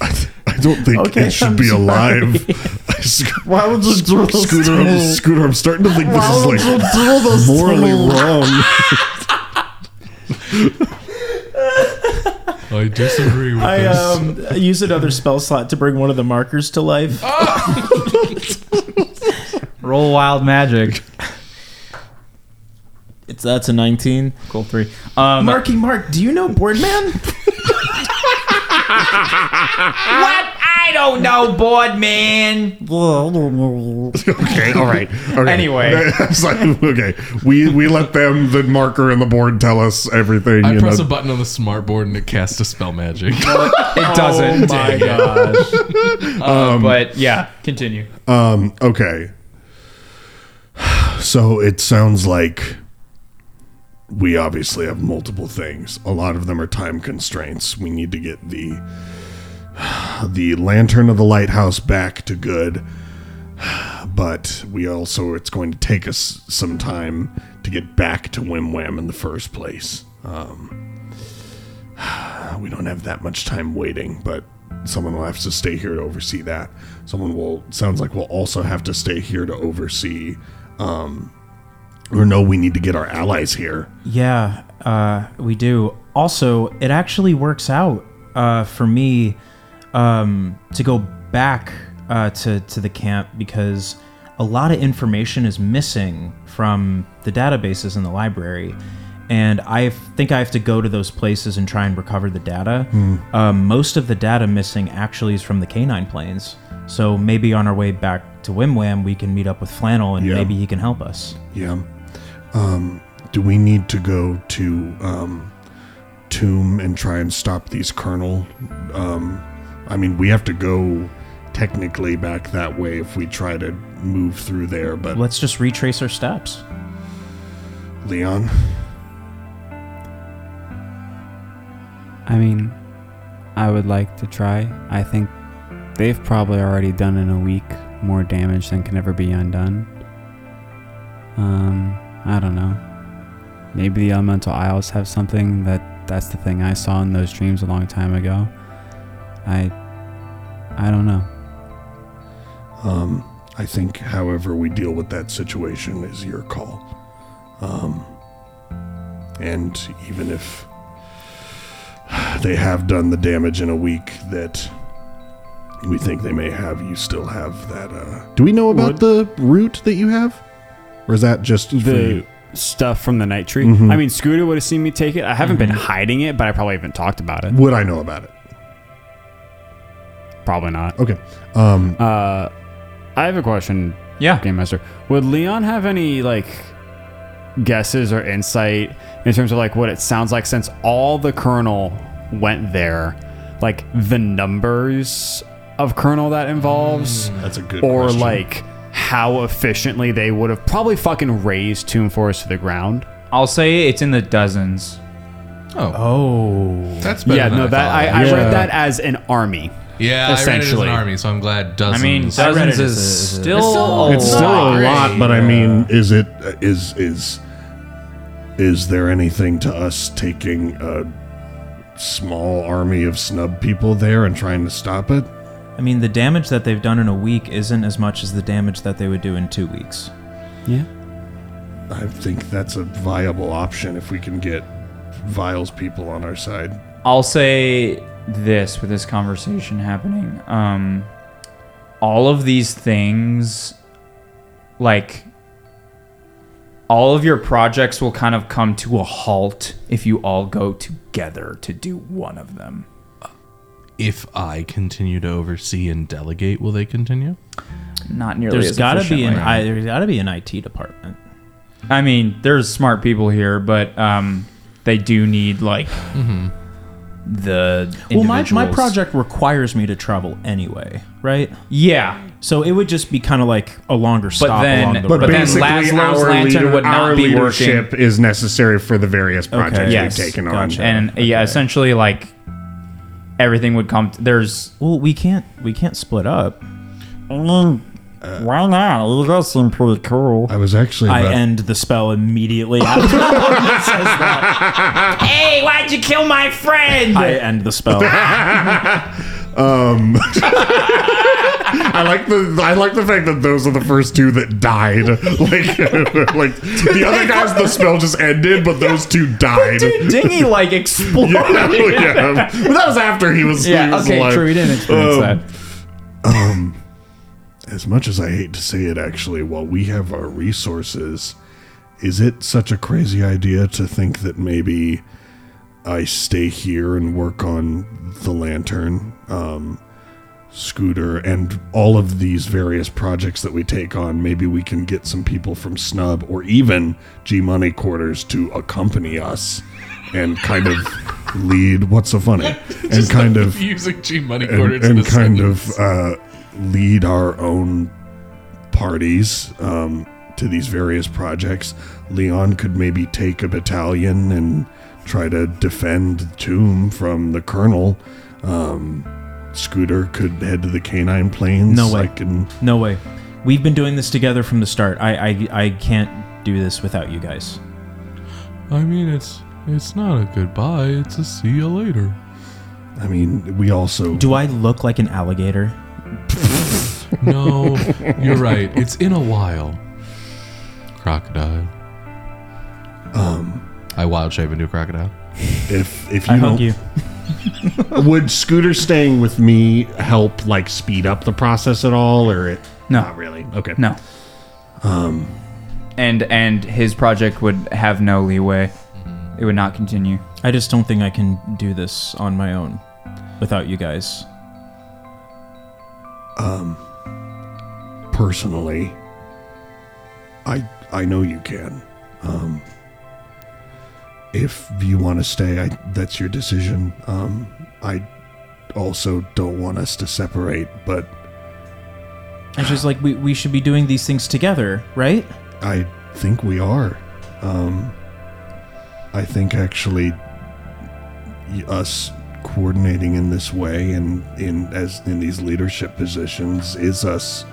F: I don't think
C: Okay,
F: it should
C: I'm
F: be
C: sorry.
F: alive. I sc-
I: Why would you do this
F: Scooter,
I: to
F: I'm,
I: me?
F: Scooter, I'm starting to think
I: Why would
F: this
I: you
F: is like
I: do this to
F: morally
I: me?
F: wrong.
E: I disagree with
C: I
E: this.
C: um, use another spell slot to bring one of the markers to life.
B: Roll wild magic.
C: It's That's a 19.
B: Cool three. Um,
C: Marky Mark, do you know Boardman?
B: What? I don't know, board man.
I: Yeah, I don't know.
F: Okay, all right. Okay.
B: Anyway.
F: It's like, okay, we we let them, the marker and the board, tell us everything.
E: I
F: you
E: press
F: know.
E: a button on the smart board and it casts a spell magic.
B: It doesn't. Oh my gosh.
C: Um,
B: but yeah, continue.
F: Um, okay. So it sounds like we obviously have multiple things. A lot of them are time constraints. We need to get the the lantern of the lighthouse back to good. But we also it's going to take us some time to get back to Wim Wham in the first place. We don't have that much time waiting, but someone will have to stay here to oversee that. Someone will sounds like we'll also have to stay here to oversee um or no, we need to get our allies here.
C: Yeah, uh, we do. Also, it actually works out uh, for me um, to go back uh, to to the camp because a lot of information is missing from the databases in the library. And I think I have to go to those places and try and recover the data. Um, most of the data missing actually is from the canine planes. So maybe on our way back to Wim Wham, we can meet up with Flannel and
F: Yeah.
C: maybe he can help us.
F: Yeah. Um do we need to go to um tomb and try and stop these colonel um I mean, we have to go technically back that way if we try to move through there, but
C: Let's just retrace our steps.
F: Leon,
J: I mean, I would like to try. I think they've probably already done in a week more damage than can ever be undone. Um, I don't know. Maybe the elemental isles have something that that's the thing I saw in those dreams a long time ago. I I don't know.
F: Um, I think, however, we deal with that situation is your call. Um, and even if they have done the damage in a week that we think they may have, you still have that. Uh, Do we know about the route that you have? Or is that just for
G: the
F: you? Mm-hmm.
G: stuff from the night tree. I mean, Scooter would have seen me take it. I haven't been hiding it, but I probably haven't talked about it.
F: Would I know about it?
G: Probably not.
F: Okay. Um,
G: Uh, I have a question,
B: Yeah.
G: Game Master. Would Leon have any like guesses or insight in terms of like what it sounds like since all the kernel went there? Like the numbers of kernel that involves?
F: That's a Hmm, good
G: Or
F: question.
G: like how efficiently they would have probably fucking raised Tomb Forest to the ground.
B: I'll say it's in the dozens.
C: Oh.
E: That's better
G: yeah,
E: than
G: no,
E: I
G: that
E: thought.
G: I, I
C: Yeah.
G: read that as an army.
E: yeah, I read it as
G: essentially.
E: an army, so I'm glad
B: I
E: dozens.
B: mean,
C: I read it
B: dozens is,
C: as a- as a-
B: still
C: It's
B: a
F: It's still
B: lot.
F: a lot, but I
C: Yeah.
F: mean, is it is is is there anything to us taking a small army of snub people there and trying to stop it?
C: I mean, the damage that they've done in a week isn't as much as the damage that they would do in two weeks.
J: Yeah.
F: I think that's a viable option if we can get Vile's people on our side.
B: I'll say this with this conversation happening. Um, all of these things, like, all of your projects will kind of come to a halt if you all go together to do one of them.
E: if I continue to oversee and delegate, will they continue?
B: Not nearly
C: There's
B: as
C: got to be an
B: efficiently.
C: I, there's got to be an IT department.
B: I mean, there's smart people here, but um, they do need like Mm-hmm. the
C: Well, my, my
B: individuals.
C: project requires me to travel anyway, right?
B: Yeah,
C: So it would just be kind of like a longer stop
B: then-
C: along the
B: But
C: road.
B: then Laszlo's lantern would not
F: our
B: be working.
F: leadership is necessary for the various projects
B: yes,
F: we've taken
C: gotcha.
F: on.
B: and yeah, essentially like everything would come. t- there's
C: Well, we can't we can't split up.
I: I mean, why not? You guys seem pretty cool.
F: I was actually
C: I
F: about-
C: end the spell immediately after
B: hey, why'd you kill my friend?
C: I end the spell.
F: I like the I like the fact that those are the first two that died. Like like the other guys, the spell just ended, but those two died.
B: Dude, Dingy like exploded.
F: Yeah, yeah. But that was after he was. he was alive. Um, As much as I hate to say it, actually, while we have our resources, is it such a crazy idea to think that maybe I stay here and work on the lantern, um, scooter, and all of these various projects that we take on? Maybe we can get some people from Snub or even G Money Quarters to accompany us and kind of lead. What's so funny? and kind of
E: using G money
F: and, and kind of uh, lead our own parties um, to these various projects. Leon could maybe take a battalion and try to defend the tomb from the colonel. Um, Scooter could head to the canine plains.
C: No way.
F: I can-
C: No way. We've been doing this together from the start. I I, I can't do this without you guys.
E: I mean, it's it's not a goodbye. It's a see you later.
F: I mean, we also.
C: Do I look like an alligator?
E: No, you're right. It's in a while. Crocodile. Um,
C: Um,
E: I wild shape into a crocodile.
F: if if you
C: I
F: don't,
C: hug you.
F: would Scooter staying with me help like speed up the process at all, or it?
B: No.
F: not really. Okay,
B: No. Um. And and his project would have no leeway. It would not continue.
C: I just don't think I can do this on my own without you guys.
F: personally, I I know you can. Um, if you want to stay, I, that's your decision. Um, I also don't want us to separate, but
C: And she's like, we, we should be doing these things together, right?
F: I think we are. Um, I think actually, y- us coordinating in this way and in as in these leadership positions is us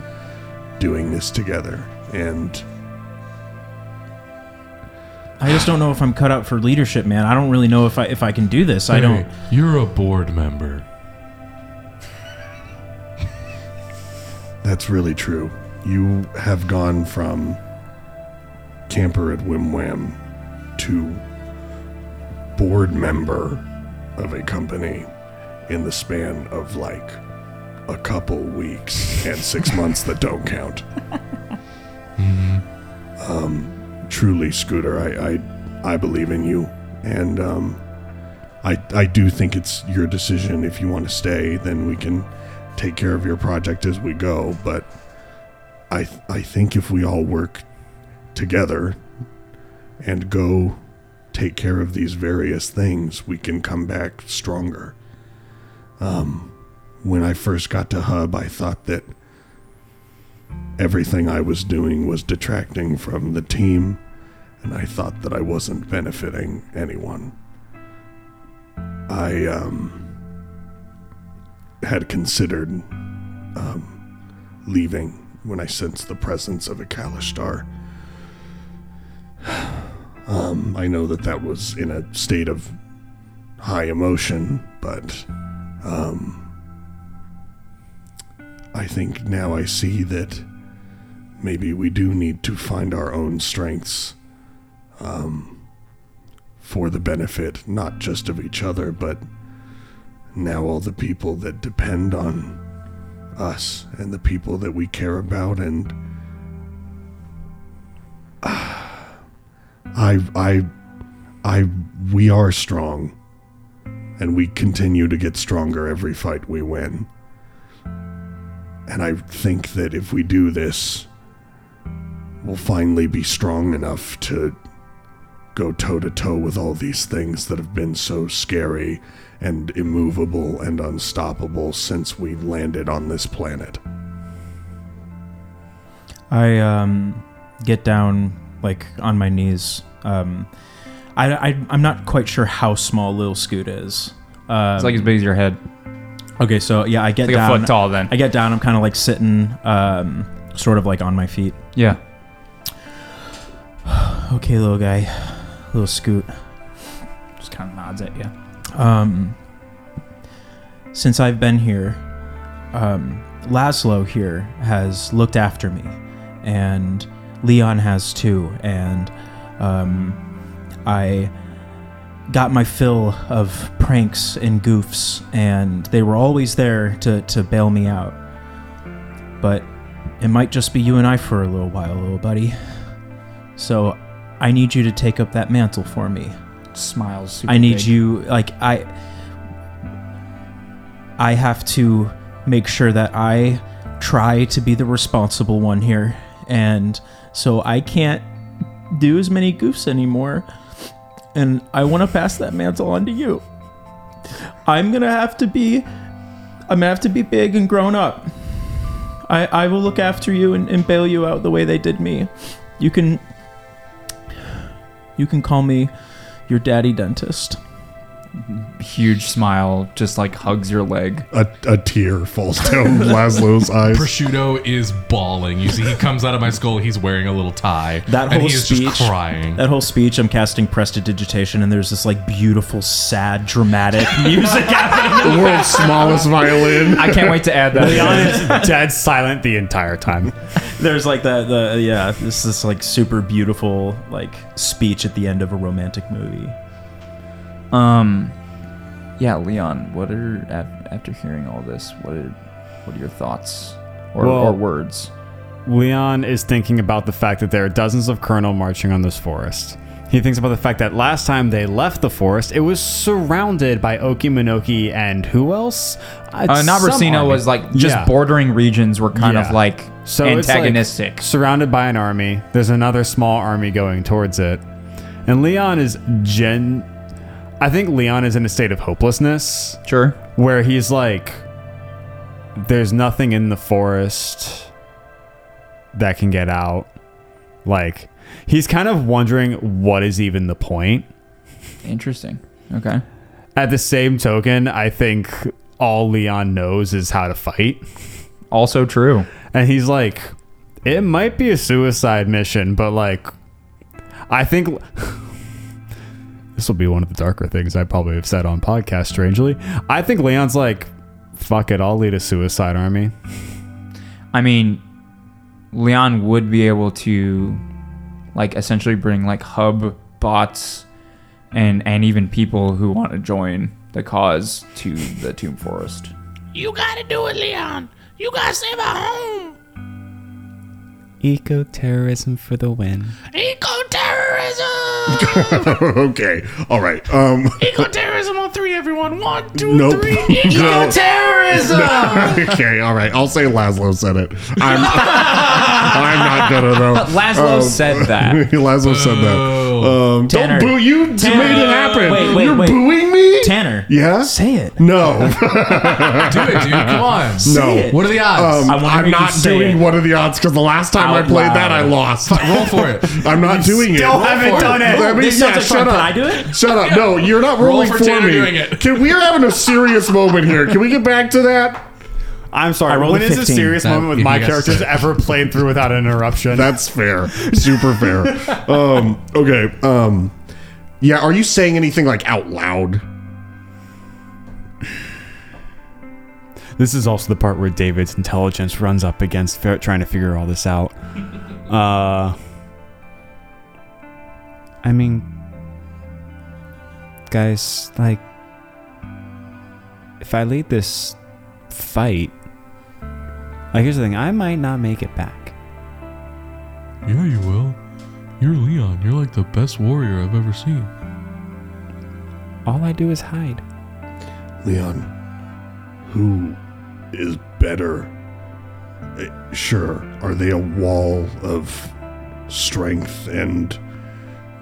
F: doing this together and.
C: I just don't know if I'm cut out for leadership, man. I don't really know if I if I can do this. I don't.
E: You're a board member.
F: That's really true. You have gone from camper at Wim Wham to board member of a company in the span of like a couple weeks and six months that don't count. Um, truly, Scooter, I, I, I believe in you, and um, I, I do think it's your decision. If you want to stay, then we can take care of your project as we go. But I, th- I think if we all work together and go take care of these various things, we can come back stronger. Um, when I first got to Hub, I thought that everything I was doing was detracting from the team, and I thought that I wasn't benefiting anyone. I um, had considered um, leaving when I sensed the presence of a Kalishtar. Um, I know that that was in a state of high emotion, but um, I think now I see that maybe we do need to find our own strengths um, for the benefit not just of each other, but now all the people that depend on us and the people that we care about and ah, I I I we are strong and we continue to get stronger every fight we win. And I think that if we do this, we'll finally be strong enough to go toe to toe with all these things that have been so scary and immovable and unstoppable since we landed on this planet.
C: I um, get down like on my knees. Um, I, I I'm not quite sure how small Lil Scoot is. Um,
B: It's like as big as your head.
C: Okay, so yeah, I get
B: It's like a
C: down.
B: foot tall then.
C: I get down. I'm kind of like sitting, um, sort of like on my feet.
B: Yeah.
C: okay, little guy, little Scoot.
B: Just kind of nods at you.
C: Um, since I've been here, um, Laszlo here has looked after me, and Leon has too. And um, I got my fill of pranks and goofs, and they were always there to, to bail me out. But it might just be you and I for a little while, little buddy. So I need you to take up that mantle for me.
B: Smiles. super
C: I need
B: big.
C: you like I I have to make sure that I try to be the responsible one here and so I can't do as many goofs anymore and I want to pass that mantle on to you. I'm going to have to be I'm going to have to be big and grown up. I I will look after you and, and bail you out the way they did me. You can you can call me your daddy dentist.
B: Huge smile, just like hugs your leg.
F: A, a tear falls down Laszlo's eyes.
E: Prosciutto is bawling. You see, he comes out of my skull. He's wearing a little tie.
C: That
E: and
C: whole
E: he is
C: speech,
E: just crying.
C: that whole speech, I'm casting prestidigitation, and there's this like beautiful, sad, dramatic music happening.
F: The world's smallest violin.
B: I can't wait to add that.
G: Leon
B: in.
G: is dead silent the entire time.
C: There's like the the yeah, this this like super beautiful like speech at the end of a romantic movie.
B: Um, yeah, Leon. What are af- after hearing all this? What are what are your thoughts or,
G: Well-
B: or words?
G: Leon is thinking about the fact that there are dozens of colonel marching on this forest. He thinks about the fact that last time they left the forest, it was surrounded by Okiminoki and who else? Uh,
B: Uh, not
G: some
B: Racino
G: army.
B: was like just
G: Yeah.
B: bordering regions were kind
G: Yeah.
B: of like
G: it's like
B: antagonistic.
G: surrounded by an army. There's another small army going towards it. And Leon is gen. I think Leon is in a state of hopelessness
B: sure.
G: where he's like, there's nothing in the forest that can get out. Like, he's kind of wondering what is even the point.
B: Interesting. Okay.
G: At the same token, I think all Leon knows is how to fight.
B: Also true.
G: And he's like, it might be a suicide mission, but like, I think this will be one of the darker things I probably have said on podcast, strangely. I think Leon's like, fuck it, I'll lead a suicide army.
B: I mean, Leon would be able to like essentially bring like hub bots and and even people who want to join the cause to the Tomb Forest.
K: You gotta do it, Leon. You gotta save our home.
G: Eco terrorism for the win.
K: Eco terrorism.
F: okay, all right. Um,
K: Eco terrorism on three, everyone. One, two, three.
F: nope.
K: Eco terrorism.
F: No. okay, all right. I'll say Laszlo said it. I'm, I'm not gonna though.
B: Laszlo said that.
F: Laszlo said that. Um,
C: Tanner.
F: Don't boo. You
C: Tanner.
F: made it happen.
C: Wait, wait,
F: You're
C: wait.
F: booing me?
C: Tanner.
F: Yeah?
C: Say it.
F: No. Do
E: it, dude. Come on. Say
F: No.
E: it. What are the odds?
F: Um,
E: I wonder if
F: I'm
E: you can
F: not
E: say
F: doing
E: it.
F: what are the odds because the last time I
E: Out
F: played
E: loud.
F: that, I lost.
E: Roll for it.
F: I'm not doing
E: still
F: it.
E: haven't
F: Roll for
E: done it.
F: Let me-
E: This
F: yeah,
E: sounds like
F: shut
E: fun.
F: up.
E: Can I do it?
F: Shut up. No, you're not
E: Roll
F: rolling
E: for
F: for,
E: Tanner
F: me.
E: doing it.
F: Can we're having a serious moment here? Can we get back to that?
J: I'm sorry.
F: rolled
J: When
F: a
J: is a
F: 15.
J: serious
F: That-
J: moment with
F: if
J: my
F: you guys
J: characters
F: said-
J: ever played through without an interruption?
F: That's fair. Super fair. um, okay. Um, yeah. Are you saying anything like out loud?
J: This is also the part where David's intelligence runs up against fi- trying to figure all this out. Uh, I mean, guys, like, if I lead this fight, like, here's the thing I might not make it back.
E: Yeah, you will. You're Leon. You're like the best warrior I've ever seen.
J: All I do is hide.
F: Leon, who is better? Eh, Sure, are they a wall of strength and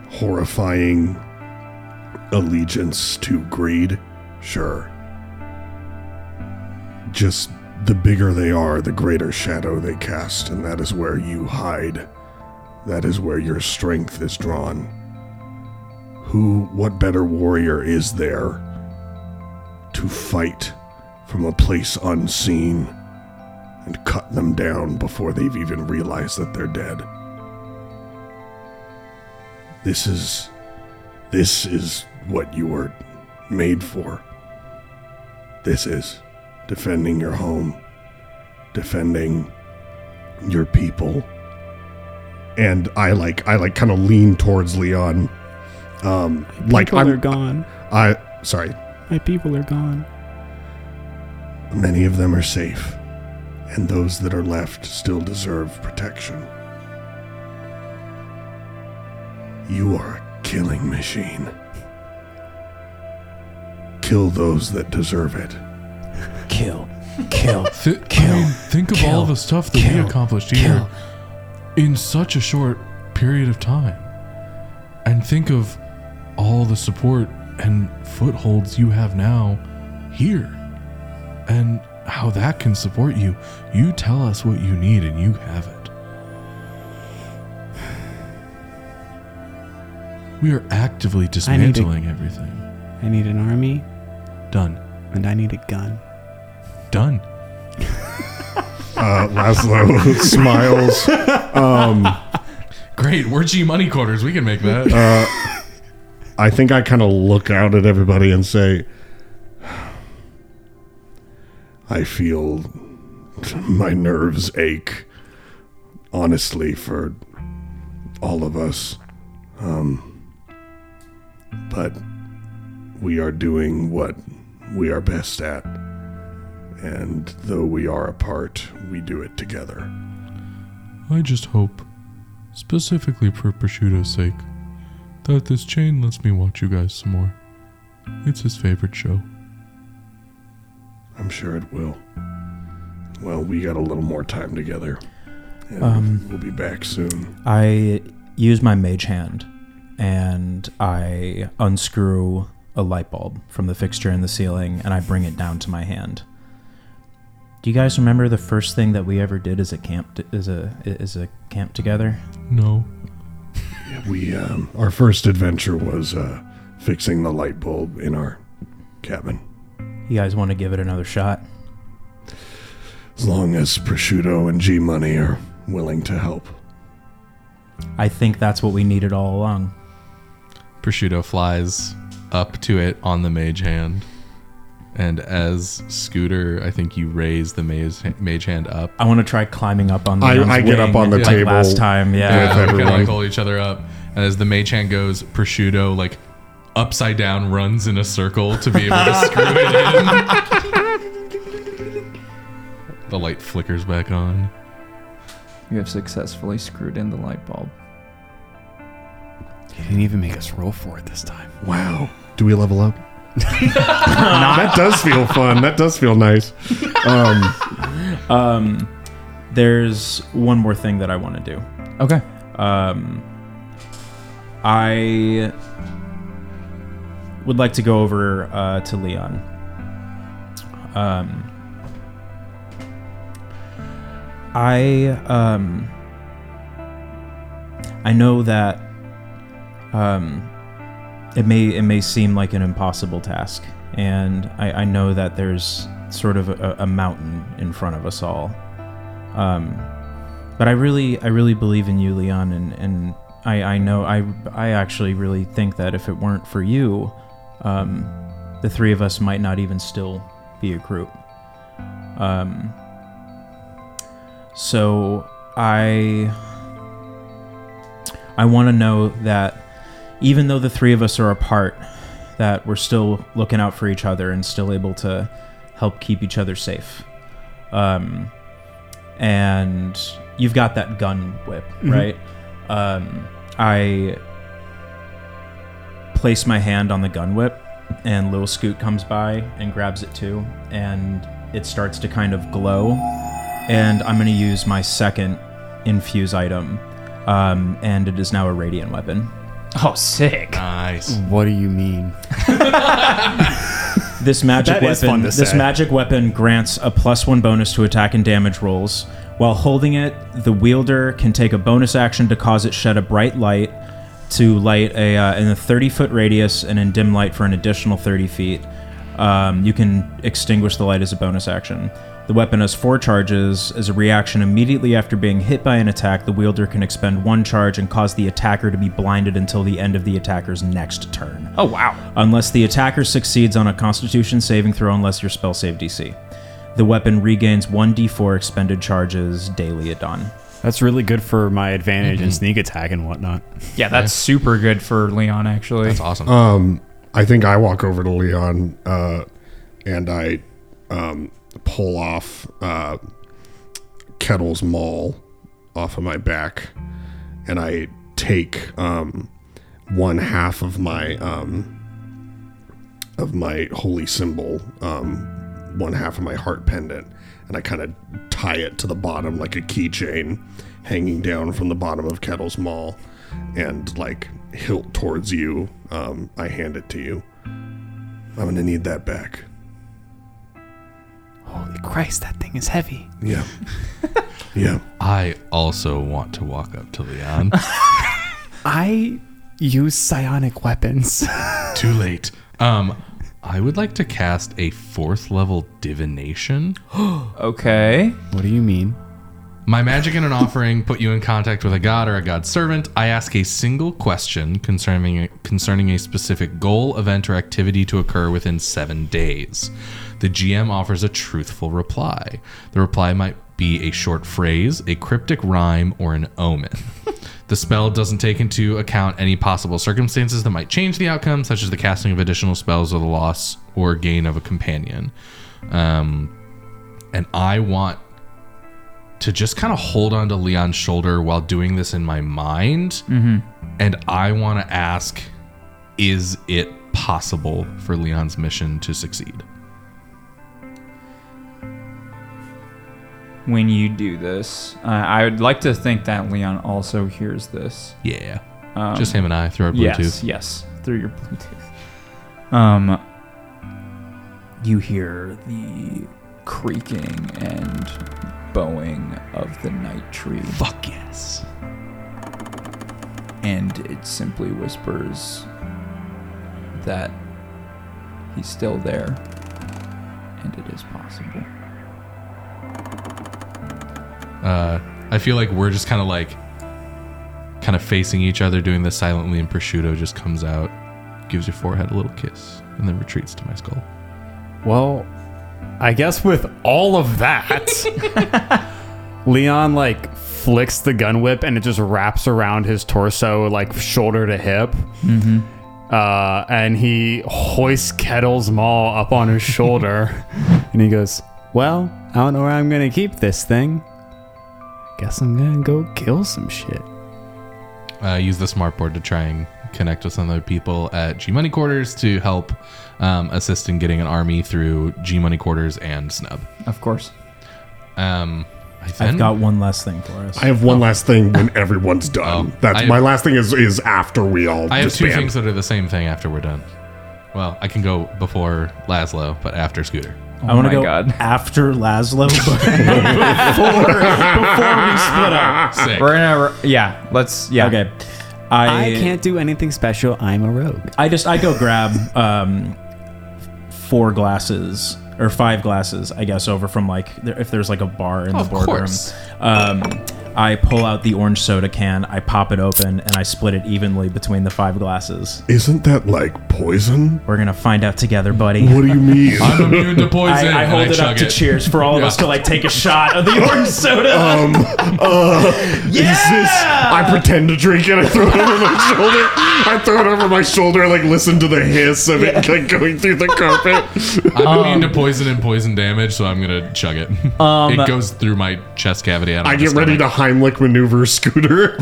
F: horrifying allegiance to greed? Sure. Just the bigger they are, the greater shadow they cast, and that is where you hide. That is where your strength is drawn. Who, what better warrior is there to fight from a place unseen and cut them down before they've even realized that they're dead. This is this is what you were made for. This is defending your home, defending your people. And I like I like kind of lean towards Leon. Um like
J: People
F: I'm
J: are gone.
F: I sorry,
J: My people are gone.
F: Many of them are safe, and those that are left still deserve protection. You are a killing machine. Kill those that deserve it.
C: Kill. Kill.
E: Th- I mean, think of all the stuff that we accomplished here in such a short period of time. And think of all the support and footholds you have now here. And how that can support you. You tell us what you need and you have it. We are actively dismantling everything.
J: I need an army.
E: Done.
J: And I need a gun.
E: Done.
F: Uh, Laszlo smiles. Um,
E: Great, we're G Money Quarters. We can make that.
F: Uh, I think I kind of look out at everybody and say, I feel my nerves ache, honestly, for all of us. Um, but we are doing what we are best at. And though we are apart, we do it together.
E: I just hope, specifically for Prosciutto's sake, that this chain lets me watch you guys some more. It's his favorite show.
F: I'm sure it will. Well, we got a little more time together. And
C: Um,
F: we'll be back soon.
C: I use my mage hand and I unscrew a light bulb from the fixture in the ceiling and I bring it down to my hand. Do you guys remember the first thing that we ever did as a camp as a as a camp together?
E: No.
F: We um, our first adventure was uh, fixing the light bulb in our cabin.
C: You guys want to give it another shot?
F: As long as Prosciutto and G Money are willing to help.
C: I think that's what we needed all along.
E: Prosciutto flies up to it on the mage hand. And as Scooter, I think you raise the mage, mage hand up.
C: I want to try climbing up on the
F: I-
C: Leon's
F: I get up
C: wing
F: on the
C: like
F: table
C: last time. Yeah,
F: with
E: we kind of
F: everyone.
E: like hold each other up. And as the mage hand goes, Prosciutto like upside down runs in a circle to be able to screw it in. The light flickers back on.
B: You have successfully screwed in the light bulb.
J: He didn't even make us roll for it this time.
F: Wow. Do we level up? that does feel fun. That does feel nice. Um,
C: um, there's one more thing that I want to do.
B: Okay.
C: Um, I would like to go over uh, to Leon. Um, I um, I know that um, it may it may seem like an impossible task, and I, I know that there's sort of a, a mountain in front of us all. Um, but I really I really believe in you, Leon, and and I I know I I actually really think that if it weren't for you, um, the three of us might not even still be a group. Um, so I I want to know that even though the three of us are apart, that we're still looking out for each other and still able to help keep each other safe. Um, and you've got that gun whip,
B: Mm-hmm.
L: Mhm.
C: right? Um, I place my hand on the gun whip, and Lil Scoot comes by and grabs it too, and it starts to kind of glow. And I'm going to use my second infuse item, um, and it is now a radiant weapon.
B: Oh, sick!
E: Nice.
G: What do you mean?
C: This magic
G: That is
C: weapon.
G: fun to
C: This
G: say.
C: magic weapon grants a plus one bonus to attack and damage rolls. While holding it, the wielder can take a bonus action to cause it shed a bright light to light a uh, in a 30 foot radius and in dim light for an additional 30 feet. Um, you can extinguish the light as a bonus action. The weapon has four charges. As a reaction, immediately after being hit by an attack, the wielder can expend one charge and cause the attacker to be blinded until the end of the attacker's next turn.
B: Oh wow!
C: Unless the attacker succeeds on a constitution saving throw, unless your spell save DC. The weapon regains 1d4 expended charges daily at dawn.
G: That's really good for my advantage and sneak attack and whatnot.
B: Yeah, that's super good for Leon. Actually, that's awesome.
F: Um, I think I walk over to Leon uh, and I um, pull off uh, Kettle's maul off of my back, and I take um, one half of my um, of my holy symbol, um, one half of my heart pendant, and I kind of tie it to the bottom like a keychain hanging down from the bottom of Kettle's maul, and like hilt towards you. Um, I hand it to you. I'm gonna need that back.
M: Holy Christ, that thing is heavy.
F: Yeah. yeah.
E: I also want to walk up to Leon.
M: I use psionic weapons.
E: Too late. Um, I would like to cast a fourth level divination.
B: okay.
E: What do you mean? My magic and an offering put you in contact with a god or a god servant. I ask a single question concerning a, concerning a specific goal, event, or activity to occur within seven days. The GM offers a truthful reply. The reply might be a short phrase, a cryptic rhyme, or an omen. The spell doesn't take into account any possible circumstances that might change the outcome, such as the casting of additional spells or the loss or gain of a companion. Um, and I want to just kind of hold on to Leon's shoulder while doing this in my mind.
B: Mhm.
E: And I want to ask is it possible for Leon's mission to succeed?
B: When you do this, uh, I would like to think that Leon also hears this.
E: Yeah. Just him and I through our
B: Yes,
E: Bluetooth.
B: yes, through your Bluetooth. Um, you hear the creaking and bowing of the night tree.
E: Fuck yes.
B: And it simply whispers that he's still there and it is possible.
E: Uh, I feel like we're just kind of like, kind of facing each other, doing this silently, and Prosciutto just comes out, gives your forehead a little kiss, and then retreats to my skull.
J: Well, I guess with all of that, Leon like flicks the gun whip and it just wraps around his torso, like shoulder to hip.
M: Mm-hmm.
B: Mhm.
J: Uh, and he hoists Kettle's maul up on his shoulder and he goes, Well, I don't know where I'm going to keep this thing. Guess I'm going to go kill some shit.
E: uh, use the smart board to try and connect with some other people at G Money Quarters to help um, assist in getting an army through G Money Quarters and Snub.
B: Of course.
E: Um,
C: I've got one last thing for us.
F: I have one last thing
M: Oh.
F: when everyone's done. That's
E: Oh. I-
F: my last thing is is after we all
E: I have two
F: disband.
E: things that are the same thing after we're done. Well, I can go before Laszlo, but after Scooter.
C: I
B: Oh
C: want to go after Laszlo.
E: Sick.
B: We're gonna, yeah. Let's, yeah.
C: Okay.
M: I,
C: I,
M: can't do anything special. I'm a rogue.
C: I just I go grab um, four glasses or five glasses, I guess, over from like there, if there's like a bar in
E: Oh, Of
C: the boardroom.
E: course.
C: Um, I pull out the orange soda can, I pop it open, and I split it evenly between the five glasses.
F: Isn't that like poison?
C: We're gonna find out together, buddy.
F: What do you mean?
E: I'm immune to poison.
C: I, I
E: and
C: hold it
E: chug
C: up to cheers for all of
E: Yeah.
C: us to like take a shot of the orange soda.
F: Um, uh, Is this? I pretend to drink it. I throw it over my shoulder. I throw it over my shoulder. Like listen to the hiss of it like going through the carpet.
E: I'm
C: Um,
E: immune to poison and poison damage, so I'm gonna chug it.
B: Um,
E: it goes through my chest cavity. out of
F: I
E: my
F: get ready to
E: stomach.
F: Heimlich maneuver Scooter.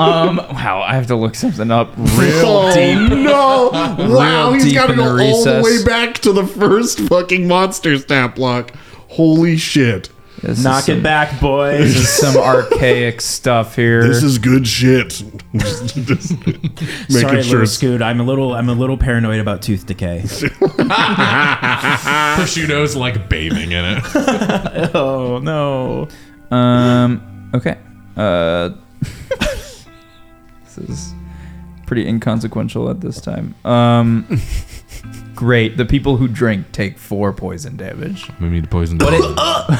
B: Um, wow, I have to look something up real
F: oh,
B: deep.
F: No! Wow,
B: Real
F: he's
B: deep
F: got to
B: in
F: go
B: the
F: all the
B: recess.
F: way back to the first fucking monster stat block. Holy shit!
B: This is
C: Knock it
B: some-
C: back,
B: This
C: boys.
B: is some archaic stuff here.
F: This is good shit. just, just making
C: Sorry,
F: sure
C: little
F: it's
C: Scoot. I'm a little I'm a little paranoid about tooth decay.
E: Prosciutto's like bathing in it.
C: oh no.
B: Um. Okay. Uh. this is pretty inconsequential at this time. Um. Great. The people who drink take four poison damage,
E: I'm immune to poison
B: but
E: damage.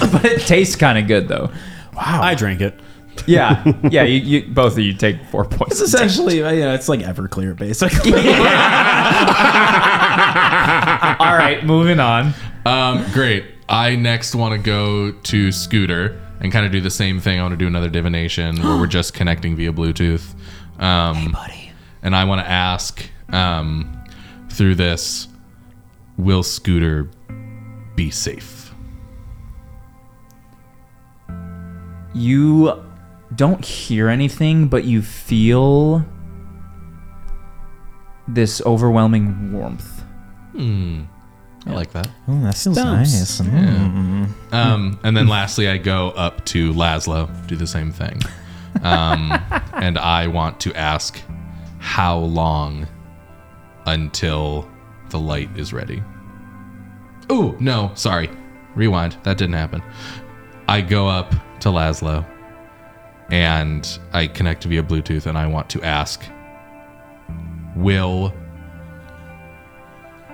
B: it but it tastes kind of good though.
C: Wow.
G: I drank it.
B: Yeah. Yeah. You, you both of you take four
C: It's
B: poison.
C: essentially uh, yeah, it's like Everclear basically.
B: damage. All right. Moving on.
E: Um, great. I next want to go to Scooter and kind of do the same thing. I want to do another divination where we're just connecting via Bluetooth. Um, And I want to ask um, through this Will Scooter be safe?
B: you don't hear anything, but you feel this overwhelming warmth.
E: Hmm. I like that.
C: oh, that feels
M: Stumps.
C: nice. Mm.
E: Um, and then lastly, I go up to Laszlo, do the same thing. Um, and I want to ask how long until the light is ready. Oh, no, sorry. Rewind. That didn't happen. I go up to Laszlo and I connect via Bluetooth and I want to ask Will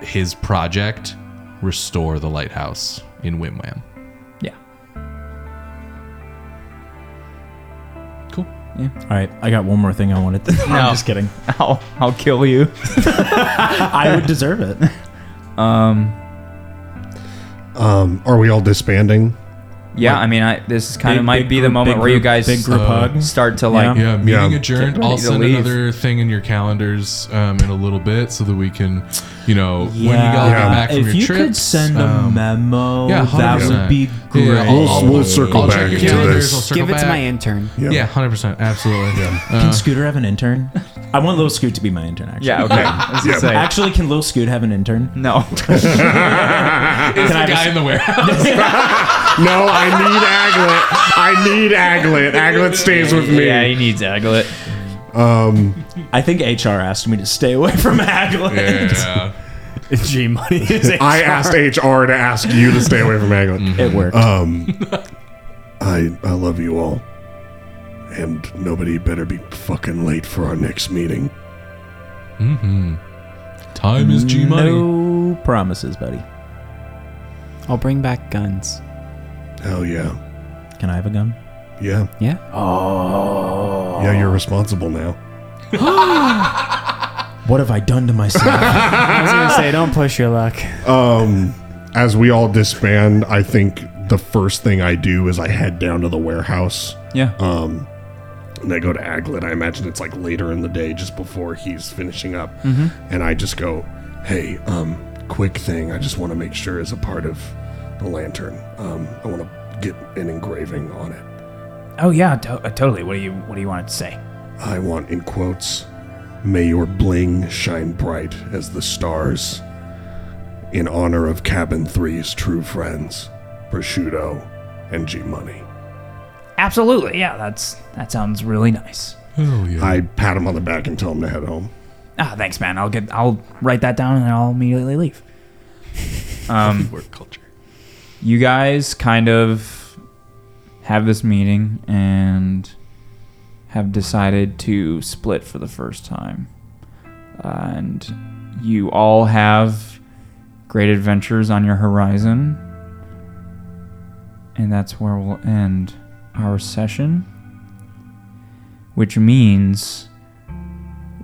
E: his project restore the lighthouse in Wimwam?
B: Yeah.
E: Cool.
C: All right, I got one more thing I wanted to. I'm just kidding.
B: I'll, I'll kill you.
C: I would deserve it.
B: Um.
F: Um, are we all disbanding?
B: Yeah, I mean, I, this is kind
C: Big-
B: of might
C: big
B: be the
C: group-
B: moment
C: big
B: where you
C: group-
B: guys
C: big
E: uh,
C: group hug.
B: start to like.
E: Yeah, meeting
F: Yeah.
E: adjourned.
B: Get
E: I'll
B: ready to
E: send
B: leave.
E: another thing in your calendars um, in a little bit so that we can, you know, when you all
F: Yeah.
E: get back from
C: if
E: your
C: you could
E: trips,
C: send a
E: um,
C: memo,
E: yeah,
C: that would
E: 100%.
C: be great.
E: Yeah, I'll-
F: We'll- we'll circle
E: I'll
F: back
E: check your
F: to
E: calendars,
F: this.
E: I'll circle
M: Give it to
E: back.
M: my intern.
E: Yeah, hundred percent, absolutely.
C: Can
E: Uh,
C: Scooter have an intern? I want Lil Scoot to be my intern. Actually,
B: Yeah. Okay. I was gonna
F: Yeah.
B: say,
C: Actually, can Lil Scoot have an intern?
B: no.
E: it's
C: I
E: the
C: just-
E: guy in the warehouse.
F: No, I need Aglet. I need Aglet. Aglet stays with me.
B: yeah, he needs aglet.
F: Um,
C: I think HR asked me to stay away from Aglet.
E: yeah.
G: G money is a
F: I asked HR to ask you to stay away from Aglet.
C: It worked.
B: Mm.
F: Um, I I love you all, and nobody better be fucking late for our next meeting.
E: Mm-hmm. Time is G
F: Uh,
E: money.
C: No promises, buddy.
M: I'll bring back guns.
F: Hell yeah,
C: Can I have a gun?
F: yeah,
M: Yeah.
F: yeah. You're responsible now.
C: What have I done to myself?
M: I was gonna say, don't push your luck.
F: Um, as we all disband, I think the first thing I do is I head down to the warehouse.
B: Yeah.
F: Um, and I go to Aglet. I imagine it's like later in the day, just before he's finishing up. And I just go, "Hey, um, quick thing. I just want to make sure is a part of the lantern. Um, I want to get an engraving on it.
B: Oh yeah, to- uh, totally. What do you What do you want it to say?
F: I want, in quotes, may your bling shine bright as the stars in honor of Cabin Three's true friends, Prosciutto and G Money.
L: Absolutely, yeah. That's that sounds really nice.
E: Oh yeah.
F: I pat him on the back and tell him to head home.
L: Ah, thanks, man. I'll get. I'll write that down and I'll immediately leave.
B: Um,
E: Work culture.
B: You guys kind of have this meeting and have decided to split for the first time. Uh, And you all have great adventures on your horizon. And that's where we'll end our session. Which means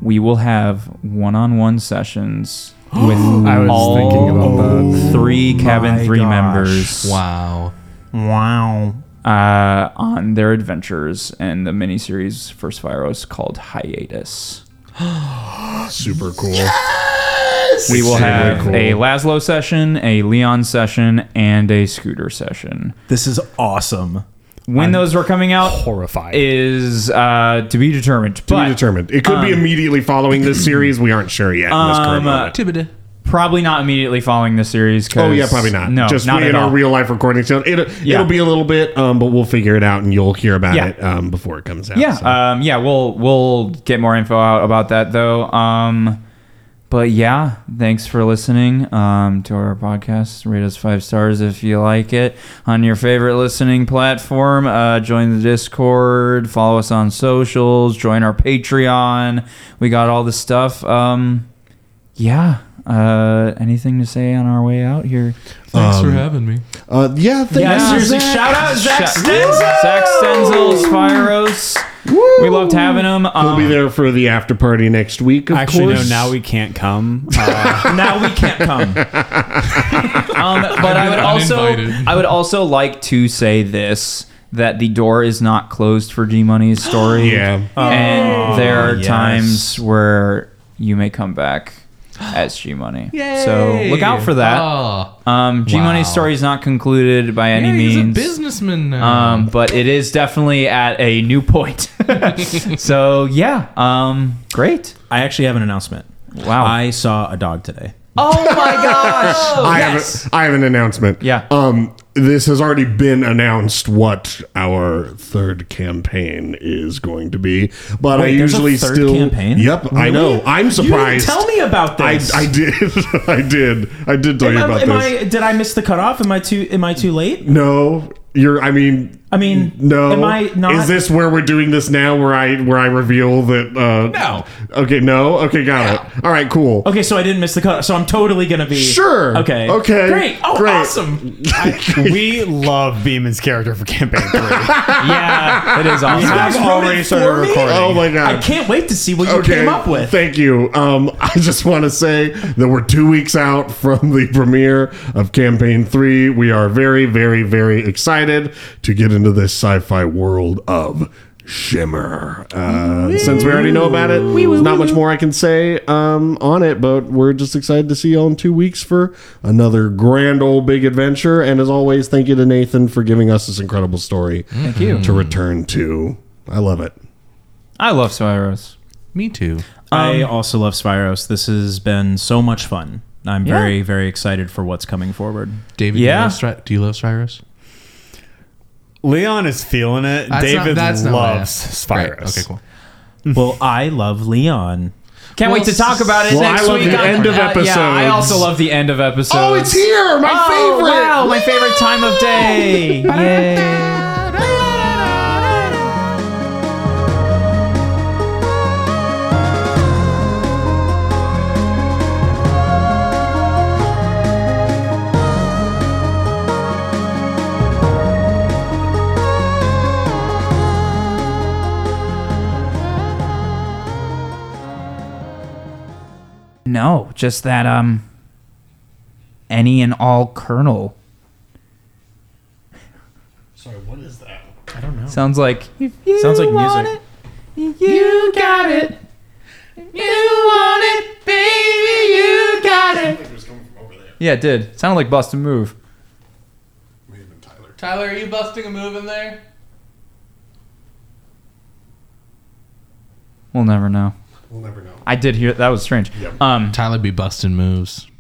B: we will have one on one sessions with
J: I was
B: all
J: thinking about
F: Uh,
J: that.
B: three
J: Oh
B: cabin
J: my
B: three
J: gosh.
B: members.
E: Wow.
B: Wow. Uh, on their adventures and the miniseries for Spyros called Hiatus.
F: Super cool.
B: We will
F: Extremely
B: have
F: cool.
B: a Laszlo session, a Leon session, and a Scooter session.
C: This is awesome.
B: When those were coming out,
J: horrified
B: is uh, to be determined. To
F: be determined. It could be immediately following this series. We aren't sure yet. in this current
B: Um,
F: moment.
B: uh, probably not immediately following the series. 'cause-
F: Oh yeah, probably not.
B: No,
F: just
B: not
F: in
B: at
F: our
B: all.
F: real life recording. So it,
B: Yeah.
F: it'll be a little bit, um, but we'll figure it out, and you'll hear about
B: Yeah.
F: it um, before it comes out.
B: Yeah, um, yeah, we'll we'll get more info out about that though. Um, but yeah, thanks for listening um, to our podcast. Rate us five stars if you like it on your favorite listening platform. Uh, join the Discord, follow us on socials, join our Patreon. We got all the stuff. Um, yeah. Uh, anything to say on our way out here?
E: Thanks for having me.
F: Uh, yeah, thank
B: Yeah,
F: you,
B: seriously,
F: Zach.
B: shout out Zach
F: Shout-
B: Stenzel. Zach Stenzel, Spyros. We loved having him.
F: We'll be there for the after party next week. Of
G: Actually,
F: course.
G: no. Now we can't come.
B: now we can't come. um, but I would also
G: Uninvited.
B: I would also like to say this that the door is not closed for G Money's story.
F: Yeah.
B: and
F: Oh,
B: there are
F: yes.
B: times where you may come back as G Money. So
E: Yay.
B: look out for that.
E: Oh.
B: um, G Money's story is not concluded by any
E: Yeah, he's a
B: means.
E: businessman now.
B: Um, but it is definitely at a new point. so yeah, um, great.
C: I actually have an announcement.
B: Wow.
C: I saw a dog today.
B: Oh my gosh!
F: I, have a, I have an announcement.
B: Yeah.
F: Um, this has already been announced what our third campaign is going to be, but I
C: Wait, there's a
F: usually
C: third
F: still.
C: campaign?
F: Yep, I
C: Really?
F: know. I'm
C: You didn't
F: surprised.
C: tell me about this.
F: I, I did. I did. I did tell
C: Am
F: you
C: I-
F: about
C: am
F: this.
C: I- did I miss the cutoff? Am I too? Am I too late?
F: No, you're. I mean,
C: I mean,
F: no.
C: Am I not?
F: Is this where we're doing this now? Where I where I reveal that? Uh, no. Okay. No. Okay. Got it. All right. Cool.
C: Okay, so I didn't miss the cutoff. So I'm totally gonna be
F: Sure.
C: Okay.
F: Okay.
C: Great. Oh,
F: Great.
C: awesome.
J: we love Beeman's character for campaign three.
B: yeah, it is
J: We
B: awesome.
J: have already started recording.
F: Oh my god!
C: I can't wait to see what you came up with.
F: Thank you. Um, I just want to say that we're two weeks out from the premiere of campaign three. We are very, very, very excited to get into this sci-fi world of Shimmer. Uh, since we already know about it, there's not much more I can say um, on it. But we're just excited to see y'all in two weeks for another grand old big adventure. And as always, thank you to Nathan for giving us this incredible story. Thank
B: you.
F: to return to. I love it.
B: I love Spyros.
E: Me too.
C: I
B: Um,
C: also love Spyros. This has been so much fun. I'm
E: Yeah.
C: very, very excited for what's coming forward.
E: David, do you Yeah. love Stry- do you love Spyros?
J: Leon is feeling it.
E: That's
J: David
E: not- that's not what I
J: loves
E: asked.
J: Spyros.
E: Right, okay, cool.
C: well, I love Leon.
B: Can't wait to talk about it
C: Well,
B: next
C: I love
B: week.
C: the
B: on-
C: end of
B: Yeah, I
C: episodes.
B: also love the end of episodes.
F: Oh, it's here! My
B: Oh,
F: favorite!
B: Wow, my favorite time of day. Yay. No, just that um any and all kernel.
F: Sorry, what is that?
C: I don't know.
B: Sounds like
C: Sounds like music.
N: You got it. You want it, baby. You got it.
B: Yeah, it did. Sounded like Bust a Move.
E: Tyler, are you busting a move in there?
B: We'll never know.
F: We'll never know.
B: I did hear that was strange. Um
E: Tyler be busting moves.